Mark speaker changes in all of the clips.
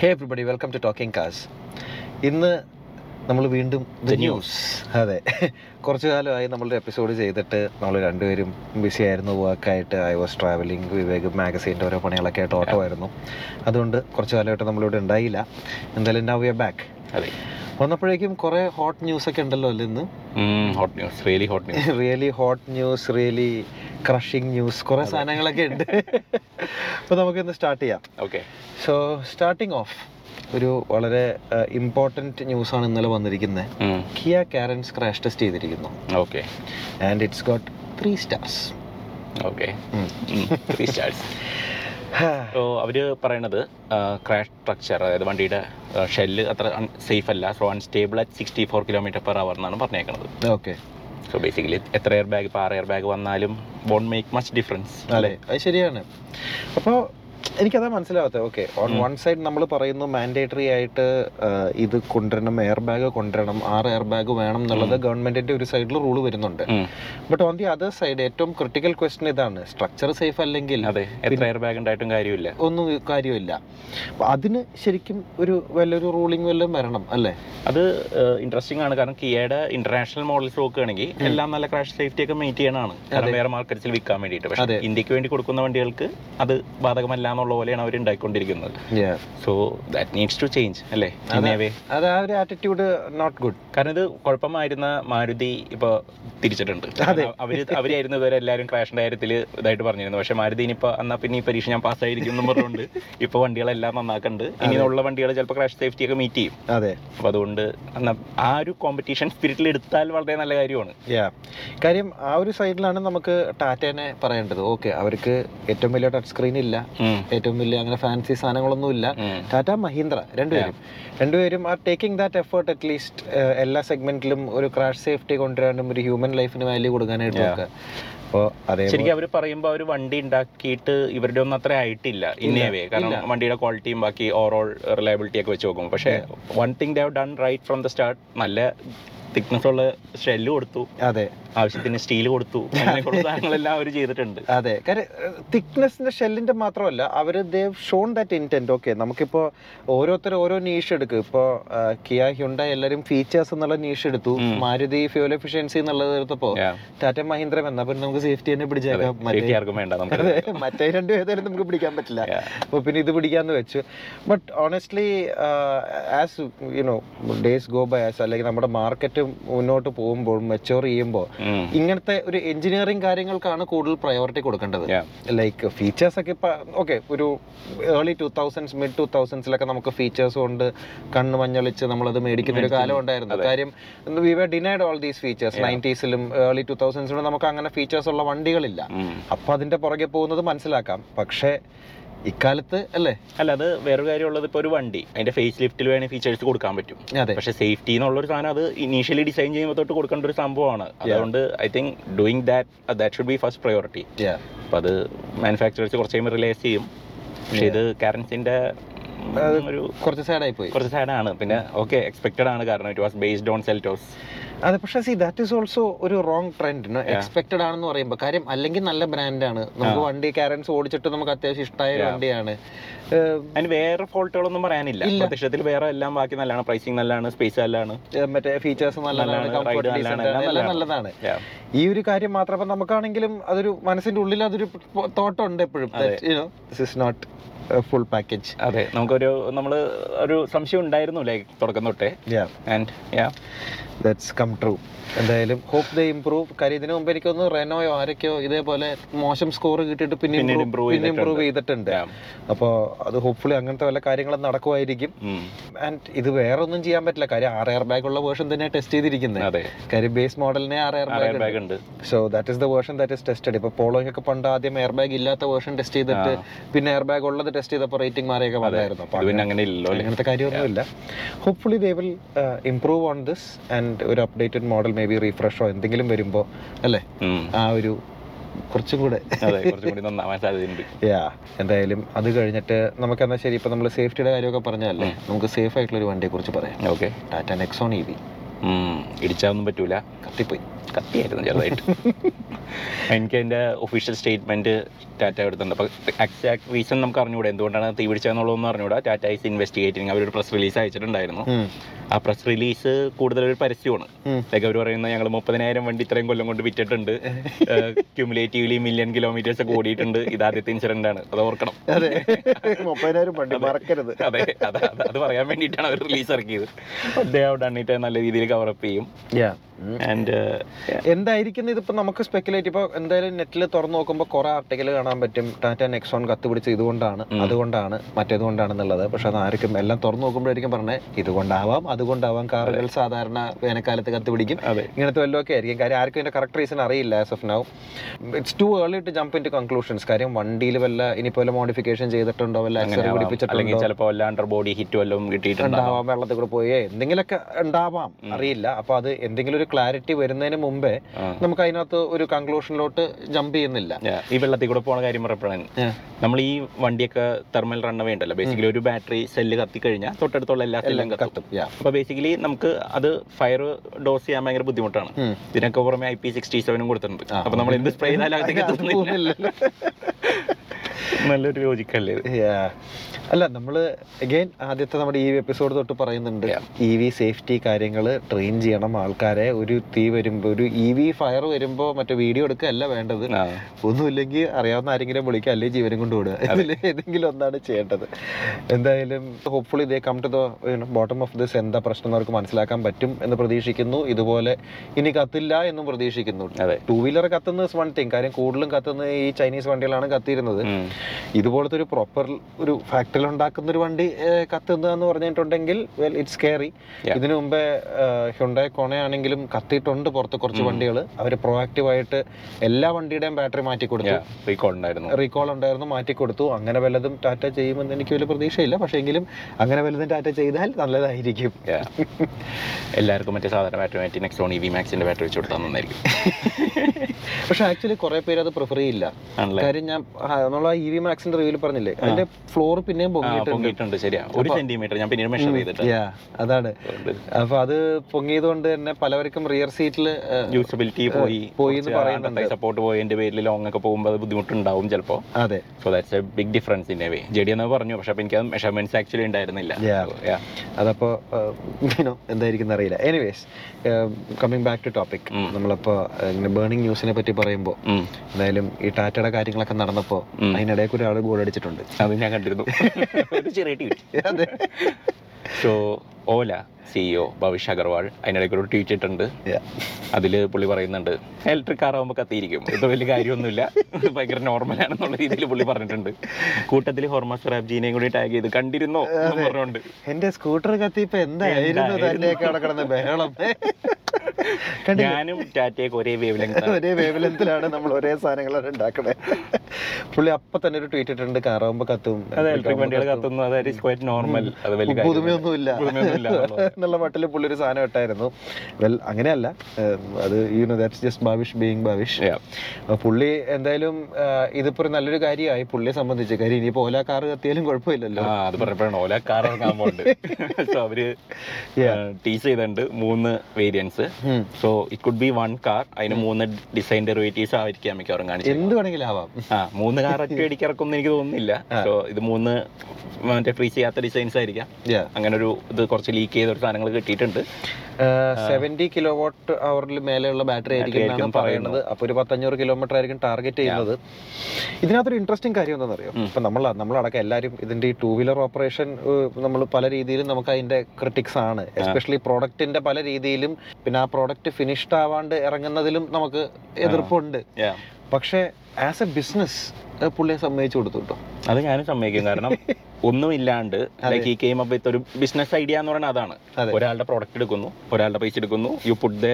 Speaker 1: Hey everybody welcome to talking cars ഇന്ന് നമ്മൾ വീണ്ടും ദ ന്യൂസ് അതെ കുറച്ച് കാലമായി നമ്മളൊരു എപ്പിസോഡ് ചെയ്തിട്ട് നമ്മൾ രണ്ടുപേരും ബിസി ആയിരുന്നു വർക്കായിട്ട് ഐ വാസ് ട്രാവലിംഗ് വിവേക് മാഗസീൻ്റെ ഓരോ പണികളൊക്കെ ആയിട്ട് ഓട്ടോ ആയിരുന്നു അതുകൊണ്ട് കുറച്ച് കാലമായിട്ട് നമ്മളിവിടെ ഉണ്ടായില്ല എന്തായാലും നൗ വി ബാക്ക്
Speaker 2: അതെ
Speaker 1: വന്നപ്പോഴേക്കും കുറേ ഹോട്ട് ന്യൂസൊക്കെ ഉണ്ടല്ലോ അല്ലേ ഇന്ന്
Speaker 2: hot news really hot news
Speaker 1: really hot news really crashing news കുറേ സാധനങ്ങളൊക്കെ ഉണ്ട് അപ്പോൾ നമുക്കിന്ന് സ്റ്റാർട്ട് ചെയ്യാം
Speaker 2: ഓക്കെ
Speaker 1: സോ സ്റ്റാർട്ടിങ് ഓഫ് ഒരു വളരെ ഇമ്പോർട്ടൻറ്റ് ന്യൂസാണ് ഇന്നലെ വന്നിരിക്കുന്നത് കിയ കാരൻസ് ക്രാഷ് ടെസ്റ്റ് ചെയ്തിരിക്കുന്നു
Speaker 2: okay
Speaker 1: and it's got three stars
Speaker 2: okay three stars so അവർ പറയണത് ക്രാഷ് സ്ട്രക്ചർ അതായത് വണ്ടിയുടെ ഷെല്ല് അത്ര സേഫ് അല്ല so unstable at sixty four kilometre per hour എന്നാണ് പറഞ്ഞേക്കുന്നത്
Speaker 1: ഓക്കെ
Speaker 2: സോ ബേസിക്കലി എത്ര എയർ ബാഗ് ഇപ്പോൾ ആറ് എയർ ബാഗ് വന്നാലും വോണ്ട് മേക്ക് മച്ച് ഡിഫറൻസ്
Speaker 1: അതെ അത് ശരിയാണ് അപ്പോൾ എനിക്കതാ മനസ്സിലാവാത്തത് ഓക്കെ ഓൺ വൺ സൈഡ് നമ്മൾ പറയുന്നു മാൻഡേറ്ററി ആയിട്ട് ആ, ഇത് കൊണ്ടുവരണം എയർ ബാഗ് കൊണ്ടുവരണം ആറ് എയർ ബാഗ് വേണം എന്നുള്ളത് ഗവൺമെന്റിന്റെ ഒരു സൈഡിൽ റൂൾ വരുന്നുണ്ട് but on the other side ഏറ്റവും ക്രിട്ടിക്കൽ ക്വസ്റ്റൻ ഇതാണ് സ്ട്രക്ചർ സേഫ് അല്ലെങ്കിൽ
Speaker 2: അതെ എത്ര എയർ ബാഗ് ഉണ്ടായിട്ടും കാര്യമില്ല
Speaker 1: ഒന്നും കാര്യമില്ല അപ്പൊ അതിന് ശരിക്കും ഒരു വല്ലൊരു റൂളിംഗ് വല്ലതും വരണം അല്ലേ
Speaker 2: അത് ഇൻട്രസ്റ്റിംഗ് ആണ് കാരണം കിയയുടെ ഇന്റർനാഷണൽ മോഡൽസ് നോക്കുകയാണെങ്കിൽ എല്ലാം നല്ല ക്രാഷ് സേഫ്റ്റി ഒക്കെ മെയിൻ ചെയ്യണമാണ് കാരണം വേറെ മാർക്കറ്റ്സിൽ വിൽക്കാൻ വേണ്ടിയിട്ട്
Speaker 1: അതെ.
Speaker 2: പക്ഷേ ഇന്ത്യക്ക് വേണ്ടി കൊടുക്കുന്ന വണ്ടികൾക്ക് അത് ബാധകമല്ല എന്നുള്ള പോലെയാണ് അവർ ഉണ്ടാക്കിക്കൊണ്ടിരിക്കുന്നത് so that needs to change അല്ലേ ഇന്നേവേ
Speaker 1: അത് ആ ഒരു ആറ്റിറ്റ്യൂഡ് നോട്ട് ഗുഡ്
Speaker 2: കാരണം ഇത് കുഴപ്പമായിരുന്ന മാരുതി ഇപ്പോൾ തിരിച്ചിട്ടുണ്ട് അവർ അവരായിരുന്നു ഇവരെ എല്ലാവരും ക്രാഷിന്റെ കാര്യത്തിൽ ഇതായിട്ട് പറഞ്ഞിരുന്നു പക്ഷേ മാരുതി ഇനിയിപ്പോൾ എന്നാ പിന്നെ ഈ പരീക്ഷ ഞാൻ പാസ്സായിരിക്കും എന്ന് പറഞ്ഞുകൊണ്ട് ഇപ്പോൾ വണ്ടികളെല്ലാം നന്നാക്കുന്നുണ്ട് ഇനിയുള്ള വണ്ടികൾ ചിലപ്പോൾ ക്രാഷ് സേഫ്റ്റി ഒക്കെ മീറ്റ് ചെയ്യും
Speaker 1: അതെ
Speaker 2: അപ്പോൾ അതുകൊണ്ട് എന്നാ ആ ഒരു കോമ്പറ്റീഷൻ സ്പിരിറ്റിൽ എടുത്താൽ വളരെ നല്ല കാര്യമാണ്
Speaker 1: യാ കാര്യം ആ ഒരു സൈഡിലാണ് നമുക്ക് ടാറ്റേനെ പറയേണ്ടത് ഓക്കെ അവർക്ക് ഏറ്റവും വലിയ ടച്ച് സ്ക്രീൻ ഇല്ല ഏറ്റവും വലിയ അങ്ങനെ ഫാൻസി സാധനങ്ങളൊന്നും ഇല്ല ടാറ്റ മഹീന്ദ്ര രണ്ടുപേരും രണ്ടുപേരും are taking that effort at least എല്ലാ സെഗ്മെന്റിലും ഒരു ക്രാഷ് സേഫ്റ്റി കൊണ്ടുവരാനും ഒരു ഹ്യൂമൻ ലൈഫിന് വാല്യൂ കൊടുക്കാനായിട്ട് നോക്കുക അപ്പോൾ അതേ
Speaker 2: ശരിക്കും അവർ പറയുമ്പോൾ അവർ വണ്ടി ഉണ്ടാക്കിയിട്ട് ഇവരുടെ ഒന്നും അത്ര ആയിട്ടില്ല ഇന്നേവേ കാരണം വണ്ടിയുടെ ക്വാളിറ്റിയും ബാക്കി ഓവറോൾ റിലയബിലിറ്റി ഒക്കെ വെച്ച് നോക്കും പക്ഷേ one thing they have done right from the start നല്ല തിക്നെസ് ഉള്ള ഷെല്ല് കൊടുത്തു
Speaker 1: അതെ
Speaker 2: ആവശ്യത്തിന് സ്റ്റീൽ കൊടുത്തു അങ്ങനെയൊക്കെയുള്ള സാധനങ്ങളെല്ലാം അവർ ചെയ്തിട്ടുണ്ട്
Speaker 1: അതെ കാര്യം തിക്നെസ്സിന്റെ ഷെല്ലിന്റെ മാത്രമല്ല അവര് they've shown that intent okay നമുക്കിപ്പോ ഓരോരുത്തർ ഓരോ നീഷ് എടുക്കും ഇപ്പോ കിയ ഹ്യുണ്ട എല്ലാരും ഫീച്ചേഴ്സ് എന്നുള്ള നീഷ് എടുത്തു മാരുതി ഫ്യൂൽ എഫിഷ്യൻസി എന്നുള്ളത് എടുത്തപ്പോ
Speaker 2: Yeah.
Speaker 1: ടാറ്റ മഹീന്ദ്ര എന്നാ പിന്നെ നമുക്ക് സേഫ്റ്റി തന്നെ പിടിച്ചേക്കാം
Speaker 2: Safety
Speaker 1: മറ്റേ
Speaker 2: ആർക്കും വേണ്ട നമുക്ക്
Speaker 1: അതെ, മറ്റേ രണ്ടു ഏതായാലും നമുക്ക് പിടിക്കാൻ പറ്റില്ല
Speaker 2: Yeah.
Speaker 1: അപ്പൊ പിന്നെ ഇത് പിടിക്കാന്ന് വെച്ചു but honestly as you know days go by as അല്ലെങ്കിൽ നമ്മുടെ മാർക്കറ്റ് മുന്നോട്ട് പോകുമ്പോൾ മെച്ചോർ ചെയ്യുമ്പോൾ
Speaker 2: ഉം.
Speaker 1: ഇങ്ങനത്തെ ഒരു എഞ്ചിനീയറിംഗ് കാര്യങ്ങൾക്കാണ് കൂടുതൽ പ്രയോറിറ്റി കൊടുക്കേണ്ടത്
Speaker 2: Yeah.
Speaker 1: ലൈക്ക് ഫീച്ചേഴ്സ് ഒക്കെ ഇപ്പൊ ഓക്കെ ഒരു early two thousands mid two തൗസൻഡ്സിലൊക്കെ നമുക്ക് ഫീച്ചേഴ്സ് കൊണ്ട് കണ്ണ് മഞ്ഞളിച്ച് നമ്മളത് മേടിക്കുന്ന ഒരു കാലം ഉണ്ടായിരുന്നു കാര്യം we were denied all these features നയൻറ്റീസിലും ഏർലി ടൂ തൗസൻഡ്സിലും നമുക്ക് അങ്ങനെ ഫീച്ചേഴ്സ് ഉള്ള വണ്ടികളില്ല
Speaker 2: ഉം.
Speaker 1: അപ്പൊ അതിന്റെ പുറകെ പോകുന്നത് മനസ്സിലാക്കാം പക്ഷേ ഇക്കാലത്ത് അല്ലേ
Speaker 2: അല്ല അത് വേറൊരു കാര്യമുള്ളത് ഇപ്പോൾ ഒരു വണ്ടി അതിന്റെ ഫേസ് ലിഫ്റ്റിൽ വേണമെങ്കിൽ ഫീച്ചേഴ്സ് കൊടുക്കാൻ പറ്റും
Speaker 1: അതെ
Speaker 2: പക്ഷെ സേഫ്റ്റി എന്നുള്ള ഒരു സാധനം അത് ഇനീഷ്യലി ഡിസൈൻ ചെയ്യുമ്പോൾ തൊട്ട് കൊടുക്കേണ്ട ഒരു സംഭവമാണ് അതുകൊണ്ട് I think doing that that should be first priority
Speaker 1: Yeah.
Speaker 2: അപ്പം അത് മാനുഫാക്ചറേഴ്സ് കുറച്ച് കഴിയുമ്പോൾ റിലേസ് ചെയ്യും പക്ഷെ ഇത് കാരൻസിന്റെ ഒരു
Speaker 1: കുറച്ച് സൈഡായി പോയി
Speaker 2: കുറച്ച് സാഡാണ് പിന്നെ ഓക്കെ എക്സ്പെക്റ്റഡ് ആണ് കാരണം it was based on Seltos
Speaker 1: അതെ പക്ഷേ സി ദാറ്റ് ഈസ് ഓൾസോ ഒരു റോങ് ട്രെൻഡ് എക്സ്പെക്ടഡ് ആണെന്ന് പറയുമ്പോൾ കാര്യം അല്ലെങ്കിൽ നല്ല ബ്രാൻഡാണ് നമുക്ക് വണ്ടി കാരൻസ് ഓടിച്ചിട്ട് നമുക്ക് അത്യാവശ്യം ഇഷ്ടമായ ഒരു വണ്ടിയാണ് ഏഹ്,
Speaker 2: അതിന് വേറെ ഫോൾട്ടുകളൊന്നും പറയാനില്ല പ്രത്യക്ഷത്തിൽ വേറെ എല്ലാം ബാക്കി നല്ലതാണ് പ്രൈസിങ് നല്ലതാണ് സ്പേസ് നല്ലതാണ്
Speaker 1: ഏഹ്, മറ്റേ ഫീച്ചേഴ്സ് നല്ലതാണ്
Speaker 2: നല്ലതാണ്,
Speaker 1: കംഫർട്ട്
Speaker 2: ride നല്ലതാണ്,
Speaker 1: ഡീസൻ്റ്
Speaker 2: എല്ലാം
Speaker 1: എല്ലാം നല്ലതാണ്
Speaker 2: Yeah.
Speaker 1: ഈ ഒരു കാര്യം മാത്രം അപ്പം നമുക്കാണെങ്കിലും അതൊരു മനസ്സിന്റെ ഉള്ളിൽ അതൊരു തോട്ടമുണ്ട് എപ്പോഴും this is not full package
Speaker 2: അതെ നമുക്കൊരു നമ്മൾ ഒരു സംശയം ഉണ്ടായിരുന്നു ലൈക്ക് തുടക്കം തൊട്ടേ ആൻഡ്
Speaker 1: ദാറ്റ്സ് കം ട്രൂ എന്തായാലും ഹോപ്പ് ദ ഇംപ്രൂവ് കാര്യം ഇതിനു മുമ്പ് എനിക്കൊന്ന് റെനോയോ ആരൊക്കെയോ ഇതേപോലെ മോശം സ്കോർ കിട്ടിയിട്ട് പിന്നെ
Speaker 2: പിന്നീട്
Speaker 1: improve-
Speaker 2: improve
Speaker 1: പിന്നെ ഇംപ്രൂവ് ചെയ്തിട്ടുണ്ട് അപ്പോൾ അത് ഹോപ്പ്ഫുള്ളി അങ്ങനത്തെ വല്ല കാര്യങ്ങളും നടക്കുമായിരിക്കും ആൻഡ് ഇത് വേറെ ഒന്നും ചെയ്യാൻ പറ്റില്ല കാര്യം ആറ് എയർ ബാഗ് ഉള്ള വേർഷൻ തന്നെ ടെസ്റ്റ് ചെയ്തിരിക്കുന്നത്
Speaker 2: അതെ
Speaker 1: കാര്യം ബേസ് മോഡലിനെ ആറ് എയർ ബാഗ്
Speaker 2: ബാഗ് ഉണ്ട്
Speaker 1: so that is the version that is tested ഇപ്പോൾ പോളോയ്ക്കൊക്കെ പണ്ട് ആദ്യം എയർ ബാഗ് ഇല്ലാത്ത വേർഷൻ ടെസ്റ്റ് ചെയ്തിട്ട് പിന്നെ എയർ ബാഗ് ഉള്ളത് ടെസ്റ്റ് ചെയ്തപ്പോൾ റേറ്റിംഗ് മാറിയൊക്കെ വന്നായിരുന്നു അപ്പോൾ
Speaker 2: ഇത് പിന്നെ അങ്ങനെ ഇല്ലല്ലോ അല്ലേ
Speaker 1: അങ്ങനത്തെ കാര്യമൊന്നുമില്ല hopefully they will improve on this and ഒരു അപ്ഡേറ്റഡ് മോഡൽ മേ ബി റീഫ്രഷോ എന്തെങ്കിലും വരുമ്പോൾ അല്ലേ
Speaker 2: ഉം.
Speaker 1: ആ ഒരു കുറച്ചും കൂടെ
Speaker 2: അതെ കുറച്ചും കൂടി നന്നാവാൻ സാധ്യതയുണ്ട്
Speaker 1: യാ എന്തായാലും അത് കഴിഞ്ഞിട്ട് നമുക്ക് എന്നാൽ ശരി ഇപ്പം നമ്മൾ സേഫ്റ്റിയുടെ കാര്യമൊക്കെ പറഞ്ഞതല്ലേ നമുക്ക് സേഫ് ആയിട്ടുള്ള ഒരു വണ്ടിയെ കുറിച്ച് പറയാം
Speaker 2: okay
Speaker 1: Tata Nexon E V
Speaker 2: ഇടിച്ചാന്നും പറ്റൂല
Speaker 1: E കത്തിപ്പോയി
Speaker 2: കത്തിയായിരുന്നു ചെറുതായിട്ട് എനിക്ക് എൻ്റെ ഒഫീഷ്യൽ സ്റ്റേറ്റ്മെന്റ് ടാറ്റ എടുത്തുണ്ട് അപ്പോൾ എക്സാക്ട് റീസൺ നമുക്ക് അറിഞ്ഞുകൂടാ എന്തുകൊണ്ടാണ് തീ പിടിച്ചതെന്നുള്ളതൊന്നും അറിഞ്ഞുകൂടാ ടാറ്റ ഈസ് ഇൻവെസ്റ്റിഗേറ്റിംഗ് അവരൊരു പ്രസ് റിലീസ് അയച്ചിട്ടുണ്ടായിരുന്നു
Speaker 1: ഉം.
Speaker 2: ആ പ്രസ് റിലീസ് കൂടുതൽ ഒരു പരസ്യമാണ്
Speaker 1: ഉം.
Speaker 2: ലൈക്ക് അവർ പറയുന്നത് ഞങ്ങൾ മുപ്പതിനായിരം വണ്ടി ഇത്രയും കൊല്ലം കൊണ്ട് വിറ്റിട്ടുണ്ട് ക്യൂമുലേറ്റീവ്ലി മില്യൺ കിലോമീറ്റേഴ്സ് ഒക്കെ ഓടിയിട്ടുണ്ട് ഇത് ആദ്യത്തെ ഇൻസിഡന്റ് ആണ് അത് ഓർക്കണം
Speaker 1: അതെ മുപ്പതിനായിരം പണ്ട് മറക്കരുത്
Speaker 2: അതെ അത് അത് അത് പറയാൻ വേണ്ടിയിട്ടാണ് അവർ റിലീസ് ഇറക്കിയത് അദ്ദേഹം അവിടെ അണ്ണിട്ട് നല്ല രീതിയിൽ കവറപ്പ് ചെയ്യും ആൻഡ്
Speaker 1: എന്തായിരിക്കും ഇതിപ്പോ നമുക്ക് സ്പെക്കുലേറ്റ് ഇപ്പൊ എന്തായാലും നെറ്റിൽ തുറന്നു നോക്കുമ്പോൾ കുറെ ആർട്ടിക്കൽ കാണാൻ പറ്റും ടാറ്റ നെക്സോൺ കത്തുപിടിച്ച് ഇതുകൊണ്ടാണ്
Speaker 2: ഉം.
Speaker 1: അതുകൊണ്ടാണ് മറ്റേത് കൊണ്ടാണെന്നുള്ളത് പക്ഷെ അത് ആർക്കും എല്ലാം തുറന്നു നോക്കുമ്പോഴായിരിക്കും പറഞ്ഞത് ഇതുകൊണ്ടാവാം അതുകൊണ്ടാവാം കാറുകൾ സാധാരണ വേനൽക്കാലത്ത് കത്തുപിടിക്കും
Speaker 2: അതെ
Speaker 1: ഇങ്ങനത്തെ വല്ലതൊക്കെ ആയിരിക്കും കാര്യം ആർക്കും ഇതിന്റെ കറക്റ്റ് റീസൺ അറിയില്ല as of now it's too early to jump into conclusions കാര്യം വണ്ടിയിൽ വല്ല ഇനിയിപ്പോ വല്ല മോഡിഫിക്കേഷൻ ചെയ്തിട്ടുണ്ടോ വല്ല
Speaker 2: അങ്ങനെ
Speaker 1: ആക്സറി
Speaker 2: ആവാം. അല്ലെങ്കിൽ
Speaker 1: പിടിപ്പിച്ചിട്ടുണ്ടോ
Speaker 2: ചിലപ്പോൾ വല്ല അണ്ടർ ബോഡി ഹിറ്റ് വല്ലതും കിട്ടിയിട്ടുണ്ടാവും
Speaker 1: ഉണ്ടാവാം വെള്ളത്തിൽ കൂടെ പോയേ എന്തെങ്കിലുമൊക്കെ ഉണ്ടാവാം
Speaker 2: ഉം.
Speaker 1: അറിയില്ല അപ്പൊ അത് എന്തെങ്കിലും ഒരു ക്ലാരിറ്റി വരുന്നതിന് മുമ്പേ
Speaker 2: ആ.
Speaker 1: നമുക്ക് അതിനകത്ത് ഒരു കൺക്ലൂഷനിലോട്ട് ജംപ് ചെയ്യുന്നില്ല
Speaker 2: Yeah. ഈ വെള്ളത്തിൽ കൂടെ പോണ കാര്യം പറഞ്ഞപ്പോഴാണ്
Speaker 1: Yeah.
Speaker 2: നമ്മൾ ഈ വണ്ടിയൊക്കെ തെർമൽ റണ്ണവേ ഉണ്ടല്ലോ ബേസിക്കലി ഒരു ബാറ്ററി സെല്ല് കത്തി കഴിഞ്ഞാൽ തൊട്ടടുത്തുള്ള എല്ലാ സെല്ലും
Speaker 1: എല്ലാം
Speaker 2: കത്തും
Speaker 1: കത്തും Yeah.
Speaker 2: അപ്പോൾ ബേസിക്കലി നമുക്ക് അത് ഫയർ ഡോസ് ചെയ്യാൻ ഭയങ്കര ബുദ്ധിമുട്ടാണ്
Speaker 1: ഉം.
Speaker 2: ഇതിനൊക്കെ പുറമെ ഐ പി സിക്സ്റ്റി സെവനും കൊടുത്തിട്ടുണ്ട്
Speaker 1: ആ.
Speaker 2: അപ്പോൾ നമ്മൾ എന്ത് സ്പ്രേ ചെയ്താലും അകത്തേക്ക്
Speaker 1: അത്
Speaker 2: എത്തുന്നില്ല
Speaker 1: പോകുന്നില്ലല്ലോ.
Speaker 2: നല്ലൊരു ലോജിക്കല്ലേ ഇത്
Speaker 1: Yeah. അല്ല നമ്മള് അഗൈൻ ആദ്യത്തെ നമ്മുടെ ഈ എപ്പിസോഡ് തൊട്ട് പറയുന്നുണ്ട് E
Speaker 2: Yeah.
Speaker 1: E V safety കാര്യങ്ങൾ ട്രെയിൻ ചെയ്യണം ആൾക്കാരെ ഒരു തീ വരുമ്പോൾ ഒരു E ഇ വി ഫയർ വരുമ്പോൾ മറ്റേ വീഡിയോ എടുക്കുകയല്ല വേണ്ടത്
Speaker 2: ആ.
Speaker 1: ഒന്നുമില്ലെങ്കിൽ അറിയാവുന്ന ആരെങ്കിലും വിളിക്കുക അല്ലെങ്കിൽ ജീവനും കൊണ്ടുവിടുക ഇതിൽ ഏതെങ്കിലും ഒന്നാണ് ചെയ്യേണ്ടത് എന്തായാലും ഹോപ്പ്ഫുള്ളി ഇതേ come to the bottom of this എന്താ പ്രശ്നം എന്ന് അവർക്ക് മനസ്സിലാക്കാൻ പറ്റും എന്ന് പ്രതീക്ഷിക്കുന്നു ഇതുപോലെ ഇനി കത്തില്ല എന്നും പ്രതീക്ഷിക്കുന്നു
Speaker 2: അതെ
Speaker 1: ടൂ വീലർ കത്തുന്നത് വൺ തിങ് കാര്യം കൂടുതലും കത്തുന്നത് ഈ ചൈനീസ് വണ്ടികളാണ് കത്തിയിരുന്നത്
Speaker 2: ഉം.
Speaker 1: ഇതുപോലത്തെ ഒരു പ്രോപ്പർ ഒരു ഫാക്ടറിയിൽ ഉണ്ടാക്കുന്ന ഒരു വണ്ടി കത്തുക എന്ന് പറഞ്ഞിട്ടുണ്ടെങ്കിൽ വെൽ ഇറ്റ്സ് കെയറി
Speaker 2: Yeah.
Speaker 1: ഇതിനു മുമ്പേ ഹ്യുണ്ടായി കോണയാണെങ്കിലും കത്തിയിട്ടുണ്ട് പുറത്ത് കുറച്ച്
Speaker 2: ഉം.
Speaker 1: വണ്ടികൾ അവർ പ്രൊആക്റ്റീവായിട്ട് എല്ലാ വണ്ടിയുടെയും ബാറ്ററി മാറ്റി കൊടുത്തു
Speaker 2: Yeah. recall ഉണ്ടായിരുന്നു
Speaker 1: റീകോൾ ഉണ്ടായിരുന്നു മാറ്റി കൊടുത്തു അങ്ങനെ വല്ലതും ടാറ്റ ചെയ്യുമെന്ന് എനിക്ക് വലിയ പ്രതീക്ഷയില്ല പക്ഷേ എങ്കിലും അങ്ങനെ വല്ലതും ടാറ്റ ചെയ്താൽ നല്ലതായിരിക്കും
Speaker 2: Yeah. എല്ലാവർക്കും മറ്റേ സാധാരണ ബാറ്ററി മാറ്റി E നെക്സോൺ ഇ വി മാക്സിന്റെ ബാറ്ററി വെച്ച് കൊടുത്താൽ നന്നായിരിക്കും
Speaker 1: പക്ഷെ ആക്ച്വലി കുറേ പേര് അത് പ്രിഫർ ചെയ്യില്ല
Speaker 2: ആണല്ലേ
Speaker 1: കാര്യം ഞാൻ ആ, നമ്മൾ ആ E ഇ വി മാക്സിന്റെ റിവ്യൂല് പറഞ്ഞില്ലേ അതിന്റെ ഫ്ലോർ പിന്നെയും
Speaker 2: ആ,
Speaker 1: പൊങ്ങിയിട്ടുണ്ട്
Speaker 2: പൊങ്ങിയിട്ടുണ്ട് ശരിയാ ഒരു
Speaker 1: അപ്പൊ-
Speaker 2: സെന്റിമീറ്റർ ഞാൻ പിന്നീട് മെഷർ ചെയ്തിട്ട്
Speaker 1: Yeah, അതാണ് അപ്പൊ അത് പൊങ്ങിയത് കൊണ്ട് തന്നെ പലവർക്കും റിയർ സീറ്റിൽ
Speaker 2: യൂസബിലിറ്റി പോയി
Speaker 1: പോയി എന്ന് പറയുന്നുണ്ട്.
Speaker 2: സപ്പോർട്ട് പോയി എന്റെ പേരിൽ ലോങ് ഒക്കെ പോകുമ്പോൾ അത് ബുദ്ധിമുട്ടുണ്ടാവും ചിലപ്പോ
Speaker 1: അതെ
Speaker 2: so that's a big difference in a way JD എന്ന് പറഞ്ഞു പക്ഷെ അപ്പൊ എനിക്ക് മെഷർമെന്റ്സ് ആക്ച്വലി ഉണ്ടായിരുന്നില്ല
Speaker 1: Yeah.
Speaker 2: So, yeah.
Speaker 1: അതപ്പോ യുനോ എന്തായിരിക്കും അറിയില്ല anyways coming back to topic
Speaker 2: ഉം.
Speaker 1: നമ്മളിപ്പോ ഏഹ്, ഇങ്ങനെ ബേണിംഗ് ന്യൂസിനെ പറ്റി പറയുമ്പോൾ
Speaker 2: ഉം.
Speaker 1: എന്തായാലും ഈ ടാറ്റയുടെ കാര്യങ്ങളൊക്കെ നടന്നപ്പോൾ
Speaker 2: ഉം.
Speaker 1: അതിനിടയിൽ കൂടെ ആള് ഗോൾ അടിച്ചിട്ടുണ്ട്
Speaker 2: അത് ഞാൻ കണ്ടിരുന്നു ഒരു ചെറിയ ട്വീറ്റ്
Speaker 1: അതെ
Speaker 2: സോ ഓല സിഇഒ ഭവിഷ് അഗർവാൾ അതിനിടയ്ക്ക് ഒരു ട്വീറ്റ് ഇട്ടുണ്ട്
Speaker 1: Yeah.
Speaker 2: അതിൽ പുള്ളി പറയുന്നുണ്ട് ഇലക്ട്രിക് കാർ ആകുമ്പോൾ കത്തിയിരിക്കും ഇത് വലിയ കാര്യമൊന്നുമില്ല ഭയങ്കര നോർമൽ ആണെന്നുള്ള രീതിയിൽ പുള്ളി പറഞ്ഞിട്ടുണ്ട് കൂട്ടത്തിൽ ഹോർമസ് റാബ്ജീനെയും കൂടി ടാഗ് ചെയ്ത് കണ്ടിരുന്നോ എന്ന് പറഞ്ഞുകൊണ്ട്
Speaker 1: എന്റെ സ്കൂട്ടർ കത്തിയപ്പോ എന്തായിരുന്നു
Speaker 2: എന്തായിരുന്നു?
Speaker 1: തന്നെയൊക്കെ അവിടെ കിടന്ന ബഹളം കണ്ടില്ലേ
Speaker 2: ഞാനും ടാറ്റയൊക്കെ ഒരേ വേവ് ലെങ്ത്
Speaker 1: ഒരേ വേവലത്തിലാണ് നമ്മൾ ഒരേ സാധനങ്ങളാണ് ഉണ്ടാക്കണേ പുള്ളി അപ്പൊ തന്നെ ഒരു ട്വീറ്റ് ഇട്ടിട്ടുണ്ട് കാറാവുമ്പോ കത്തും
Speaker 2: അത് ഇലക്ട്രിക് വണ്ടികൾ കത്തുന്നു അതായത് ക്വൈറ്റ് നോർമൽ അത് വലിയ കാര്യമൊന്നുമില്ല.
Speaker 1: പുതുമയൊന്നുമില്ല
Speaker 2: പുതുമയൊന്നുമില്ല എന്നുള്ളത്.
Speaker 1: എന്നുള്ള മട്ടിൽ പുള്ളി ഒരു സാധനം ഇട്ടായിരുന്നു വെൽ അങ്ങനെയല്ല ഏം, അത് you know that's just Bhavish being Bhavish
Speaker 2: Yeah.
Speaker 1: പുള്ളി എന്തായാലും ആ, ഇതിപ്പോ ഒരു നല്ലൊരു കാര്യമായി പുള്ളിയെ സംബന്ധിച്ച് കാര്യം ഇനിയിപ്പോ ഓല കാറ് കത്തിയാലും കുഴപ്പമില്ലല്ലോ
Speaker 2: ആ അത് പറഞ്ഞപ്പോഴാണ് ഓല കാർ ഇറങ്ങാൻ പോകുന്നുണ്ട് സോ അവര്
Speaker 1: Yeah.
Speaker 2: ടീസ് ചെയ്തിട്ടുണ്ട് മൂന്ന് വേരിയൻസ്
Speaker 1: ഉം.
Speaker 2: So it could be one car അതിന് മൂന്ന് ഡിസൈൻ ഡെറിവേറ്റീവ്സ് ആയിരിക്കാം മിക്കവാറും കാണിച്ചത്
Speaker 1: എന്ത് വേണമെങ്കിലും ആവാം
Speaker 2: ആ മൂന്ന് കാർ ഒറ്റയടിക്ക് ഇറക്കും എനിക്ക് തോന്നുന്നില്ല സോ ഇത് മൂന്ന് മറ്റേ ഫ്രീസ് ചെയ്യാത്ത ഡിസൈൻസ് ആയിരിക്കാം
Speaker 1: Yeah.
Speaker 2: അങ്ങനെ ഒരു ഇത് കുറച്ച് ലീക്ക് ചെയ്ത ഒരു സാധനങ്ങൾ കിട്ടിയിട്ടുണ്ട്
Speaker 1: സെവന്റി കിലോ വാട്ട് അവറിൽ മേലെയുള്ള ബാറ്ററി ആയിരിക്കും
Speaker 2: ആയിരിക്കും
Speaker 1: എന്നാണ് പറയുന്നത് അപ്പോൾ ഒരു പത്തഞ്ഞൂറ് കിലോമീറ്റർ ആയിരിക്കും ടാർഗറ്റ് ചെയ്യുന്നത് ഇതിനകത്തൊരു ഇൻട്രസ്റ്റിംഗ് കാര്യം എന്താണെന്നറിയോ ഇപ്പം നമ്മൾ നമ്മളടക്കം എല്ലാവരും ഇതിന്റെ ഈ ടൂ വീലർ ഓപ്പറേഷൻ നമ്മൾ പല രീതിയിലും നമുക്ക് അതിന്റെ ക്രിട്ടിക്സ് ആണ് എസ്പെഷ്യലി പ്രോഡക്റ്റിന്റെ പല രീതിയിലും പിന്നെ ആ പ്രോഡക്റ്റ് ഫിനിഷ്ഡ് ആവാണ്ട് ഇറങ്ങുന്നതിലും നമുക്ക് എതിർപ്പുണ്ട്
Speaker 2: Yeah.
Speaker 1: പക്ഷേ ആസ് എ ബിസിനസ് പുള്ളിയെ സമ്മതിച്ചു കൊടുത്തു കേട്ടോ
Speaker 2: അത് ഞാനും സമ്മതിക്കും കാരണം ഒന്നുമില്ലാണ്ട് ലൈക്ക് ഈ കെയിം അപ്പ് വിത്ത് ഒരു ബിസിനസ് ഐഡിയ എന്ന് പറയുന്നത് അതാണ്
Speaker 1: അതെ.
Speaker 2: ഒരാളുടെ പ്രോഡക്റ്റ് എടുക്കുന്നു ഒരാളുടെ പൈസ എടുക്കുന്നു you put the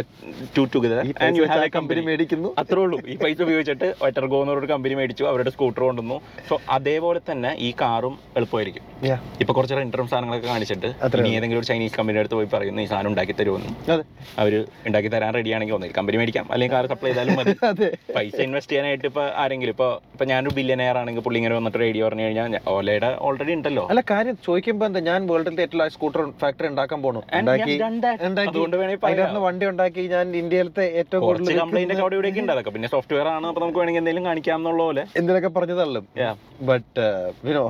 Speaker 2: two together
Speaker 1: ഈ
Speaker 2: and you have a
Speaker 1: company
Speaker 2: company
Speaker 1: മേടിക്കുന്നു
Speaker 2: അത്രേ ഉള്ളൂ ഈ പൈസ ഉപയോഗിച്ചിട്ട് ഒറ്റർഗോ എന്നൊരു കമ്പനി മേടിച്ചു അവരുടെ സ്കൂട്ടർ കൊണ്ടുവന്നു സോ അതേപോലെ തന്നെ ഈ കാറും എളുപ്പമായിരിക്കും
Speaker 1: Yeah.
Speaker 2: ഇപ്പൊ കുറച്ച് റെൻഡറും സാധനങ്ങളൊക്കെ കാണിച്ചിട്ട്
Speaker 1: അത്രേ
Speaker 2: ഇനി ഏതെങ്കിലും ഒരു ചൈനീസ് കമ്പനിയുടെ അടുത്ത് പോയി പറയുന്നു ഈ സാധനം ഉണ്ടാക്കി തരുമെന്ന്
Speaker 1: അതെ
Speaker 2: അവർ ഉണ്ടാക്കി തരാൻ റെഡിയാണെങ്കിൽ ഒന്നിൽ കമ്പനി മേടിക്കാം അല്ലെങ്കിൽ കാർ സപ്ലൈ ചെയ്താലും മതി
Speaker 1: അതെ
Speaker 2: പൈസ ഇൻവെസ്റ്റ് ചെയ്യാനായിട്ട് ഇപ്പൊ ആരെങ്കിലും ഇപ്പൊ ഇപ്പൊ ഞാനൊരു ബില്യനെയർ ആണെങ്കിൽ പുള്ളി ഇങ്ങനെ വന്നിട്ട് റേഡിയോ പറഞ്ഞു കഴിഞ്ഞാൽ ഞാൻ- ഓലയുടെ ഓൾറെഡി ഉണ്ടല്ലോ
Speaker 1: അല്ല കാര്യം ചോദിക്കുമ്പോ എന്താ ഞാൻ വേൾഡിൽ ഏറ്റവും സ്കൂട്ടർ ഫാക്ടറി ഉണ്ടാക്കാൻ പോണു
Speaker 2: And we
Speaker 1: ഉണ്ടാക്കി
Speaker 2: have done that.
Speaker 1: ഉണ്ടാക്കി.
Speaker 2: അതുകൊണ്ട് വേണമെങ്കിൽ
Speaker 1: അതിന്റെ
Speaker 2: പറയാം.
Speaker 1: അകത്ത് വണ്ടി ഉണ്ടാക്കി ഞാൻ ഇന്ത്യയിലത്തെ ഏറ്റവും
Speaker 2: കുറച്ച്
Speaker 1: കൂടുതൽ
Speaker 2: കംപ്ലൈന്റ് ഒക്കെ അവിടെ ഇവിടെയൊക്കെ ഉണ്ട് അതൊക്കെ പിന്നെ സോഫ്റ്റ്വെയർ ആണ് അപ്പൊ നമുക്ക് വേണമെങ്കിൽ എന്തെങ്കിലും കാണിക്കാം എന്നുള്ള പോലെ
Speaker 1: എന്തിനൊക്കെ uh, പറഞ്ഞു തള്ളും
Speaker 2: Yeah.
Speaker 1: But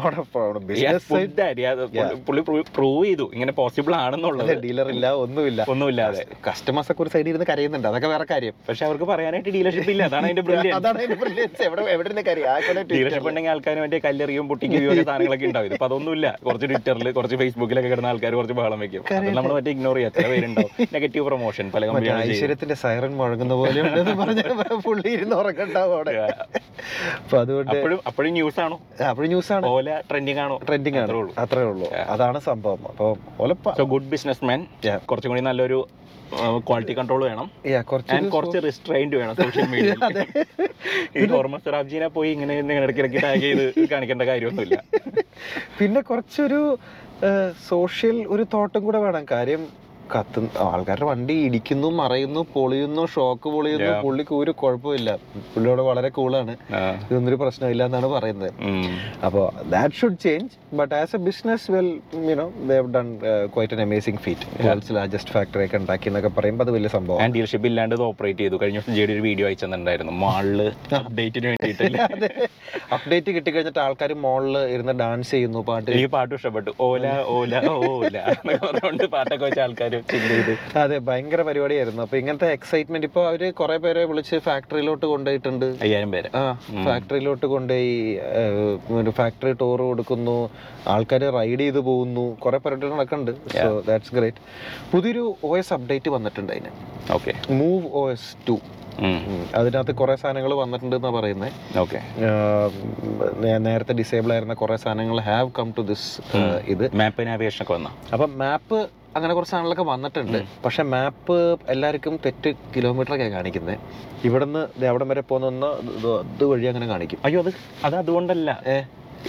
Speaker 2: He has
Speaker 1: business
Speaker 2: put that. He has- പുള്ളി പ്രൂവ് ചെയ്തു ഇങ്ങനെ പോസിബിൾ ആണെന്നുള്ളത്
Speaker 1: ഡീലർ ഇല്ല ഒന്നുമില്ല
Speaker 2: ഒന്നുമില്ലാതെ
Speaker 1: കസ്റ്റമേഴ്സ് ഒക്കെ ഒരു സൈഡിൽ ഇരുന്ന് കരയുന്നുണ്ട് അതൊക്കെ വേറെ കാര്യം
Speaker 2: പക്ഷെ അവർക്ക് പറയാനായിട്ട് ഡീലർഷിപ്പ് ഇല്ല അതാണ് അതിന്റെ ബ്രില്യൻ
Speaker 1: അതാണ് അതിന്റെ brilliance. എവിടെ എവിടെ ഇരുന്ന് കരയും? ആയിക്കോട്ടെ, Twitter
Speaker 2: ഡീലർഷിപ്പ് ഉണ്ടെങ്കിൽ ആൾക്കാർ മറ്റേ കല്ലെറിയും പൊട്ടിക്കുകയും ഒക്കെ സാധനങ്ങളൊക്കെ ഉണ്ടാവും ഇപ്പൊ അതൊന്നുമില്ല കുറച്ച് ട്വിറ്ററിൽ കുറച്ച് ഫേസ്ബുക്കിലൊക്കെ കിടന്ന ആൾക്കാർ കുറച്ച് ബഹളം വെക്കും അത് നമ്മൾ മറ്റേ ഇഗ്നോർ ചെയ്യാം എത്ര പേരുണ്ടാവും നെഗറ്റീവ് പ്രൊമോഷൻ പല
Speaker 1: മറ്റേ
Speaker 2: കമ്പനികളും
Speaker 1: ഐശ്വര്യത്തിന്റെ സൈറൻ മുഴങ്ങുന്ന പോലെ ഉണ്ടെന്ന് പറഞ്ഞ പുള്ളി ഇരുന്ന് ഉറങ്ങണ്ടാവും അവിടെ അപ്പൊ അതുകൊണ്ട്
Speaker 2: അപ്പോഴും അപ്പോഴും ന്യൂസ് ആണോ
Speaker 1: അപ്പോഴും ന്യൂസ് ആണ്
Speaker 2: ഓല ട്രെൻഡിങ് ആണോ
Speaker 1: ട്രെൻഡിങ് ആണ്
Speaker 2: അത്രേ ഉള്ളൂ.
Speaker 1: അത്രേ ഉള്ളൂ അതാണ് സംഭവം അപ്പൊ ഓലപ്പ
Speaker 2: so good business man
Speaker 1: Yeah.
Speaker 2: കുറച്ചും കൂടി നല്ലൊരു ക്വാളിറ്റി കൺട്രോൾ വേണം
Speaker 1: Yeah, കുറച്ച്
Speaker 2: ആൻഡ് കുറച്ച് റിസ്ട്രെയിൻഡ് വേണം സോഷ്യൽ മീഡിയയിൽ
Speaker 1: അതെ.
Speaker 2: ഈ ഹോർമോൺ സിറാബ്ജീനെ പോയി ഇങ്ങനെ ഇങ്ങനെ ഇടയ്ക്കിടയ്ക്ക് ടാഗ് ചെയ്ത് കാണിക്കേണ്ട കാര്യമൊന്നുമില്ല
Speaker 1: പിന്നെ കുറച്ചൊരു സോഷ്യൽ ഒരു തോട്ടം കൂടെ വേണം കാര്യം കത്ത് ആൾക്കാരുടെ വണ്ടി ഇടിക്കുന്നു മറയുന്നു പൊളിയുന്നു ഷോക്ക് പൊളിയുന്നു
Speaker 2: Yeah.
Speaker 1: പുള്ളിക്ക് ഒരു കുഴപ്പമില്ല പുള്ളിയോട് വളരെ കൂളാണ് ഇതൊന്നൊരു പ്രശ്നമില്ല എന്നാണ് പറയുന്നത് അപ്പോൾ that should change but as a business well you know they've done quite an amazing feat world's largest factory ഒക്കെ ഉണ്ടാക്കി എന്നൊക്കെ പറയുമ്പോൾ അത് വലിയ സംഭവം
Speaker 2: ആൻഡ് ഡീലർഷിപ്പ് ഇല്ലാണ്ട് ഓപ്പറേറ്റ് ചെയ്തു കഴിഞ്ഞ ദിവസം ജെഡി ഒരു വീഡിയോ അയച്ചെന്നുണ്ടായിരുന്നു മാളില് അപ്ഡേറ്റിന് വേണ്ടിയിട്ടില്ല
Speaker 1: അപ്ഡേറ്റ് കിട്ടിക്കഴിഞ്ഞിട്ട് ആൾക്കാർ മോളിൽ ഇരുന്ന് ഡാൻസ് ചെയ്യുന്നു പാട്ട്
Speaker 2: എനിക്ക് പാട്ടും ഇഷ്ടപ്പെട്ടു ഓല ഓല ഓല എന്നൊക്കെ പറഞ്ഞുകൊണ്ട് പാട്ടൊക്കെ വെച്ച ആൾക്കാർ ചെയ്ത്
Speaker 1: അതെ ഭയങ്കര പരിപാടിയായിരുന്നു അപ്പൊ ഇങ്ങനത്തെ എക്സൈറ്റ്മെന്റ് ഇപ്പൊ അവര് കുറെ പേരെ വിളിച്ച് ഫാക്ടറിയിലോട്ട് കൊണ്ടുപോയിട്ടുണ്ട്
Speaker 2: അയ്യായിരം പേരെ
Speaker 1: ആ ഫാക്ടറിയിലോട്ട് കൊണ്ടുപോയി ഫാക്ടറി ടൂർ കൊടുക്കുന്നു ആൾക്കാർ റൈഡ് ചെയ്ത് പോകുന്നു കുറെ പരിപാടികൾ നടക്കുന്നുണ്ട് സോ ദാറ്റ്സ് ഗ്രേറ്റ് പുതിയൊരു ഒ എസ് അപ്ഡേറ്റ് വന്നിട്ടുണ്ട് അതിന്
Speaker 2: okay
Speaker 1: move O S two അതിനകത്ത് കുറെ സാധനങ്ങൾ വന്നിട്ടുണ്ട് എന്നാണ് പറയുന്നത്
Speaker 2: ഓക്കെ
Speaker 1: നേരത്തെ ഡിസേബിൾ ആയിരുന്ന കുറെ സാധനങ്ങൾ ഹാവ് കം ടു ദിസ് ഇത്
Speaker 2: മാപ്പ് നാവിഗേഷൻ ഒക്കെ വന്ന
Speaker 1: അപ്പം മാപ്പ് അങ്ങനെ കുറച്ച് സാധനങ്ങളൊക്കെ വന്നിട്ടുണ്ട് പക്ഷെ മാപ്പ് എല്ലാവർക്കും തെറ്റ് കിലോമീറ്ററൊക്കെ കാണിക്കുന്നത് ഇവിടുന്ന് ദേ അവിടം വരെ പോകുന്ന ഇതുവഴി അങ്ങനെ കാണിക്കും
Speaker 2: അയ്യോ അത് അത് അതുകൊണ്ടല്ല
Speaker 1: ഏ.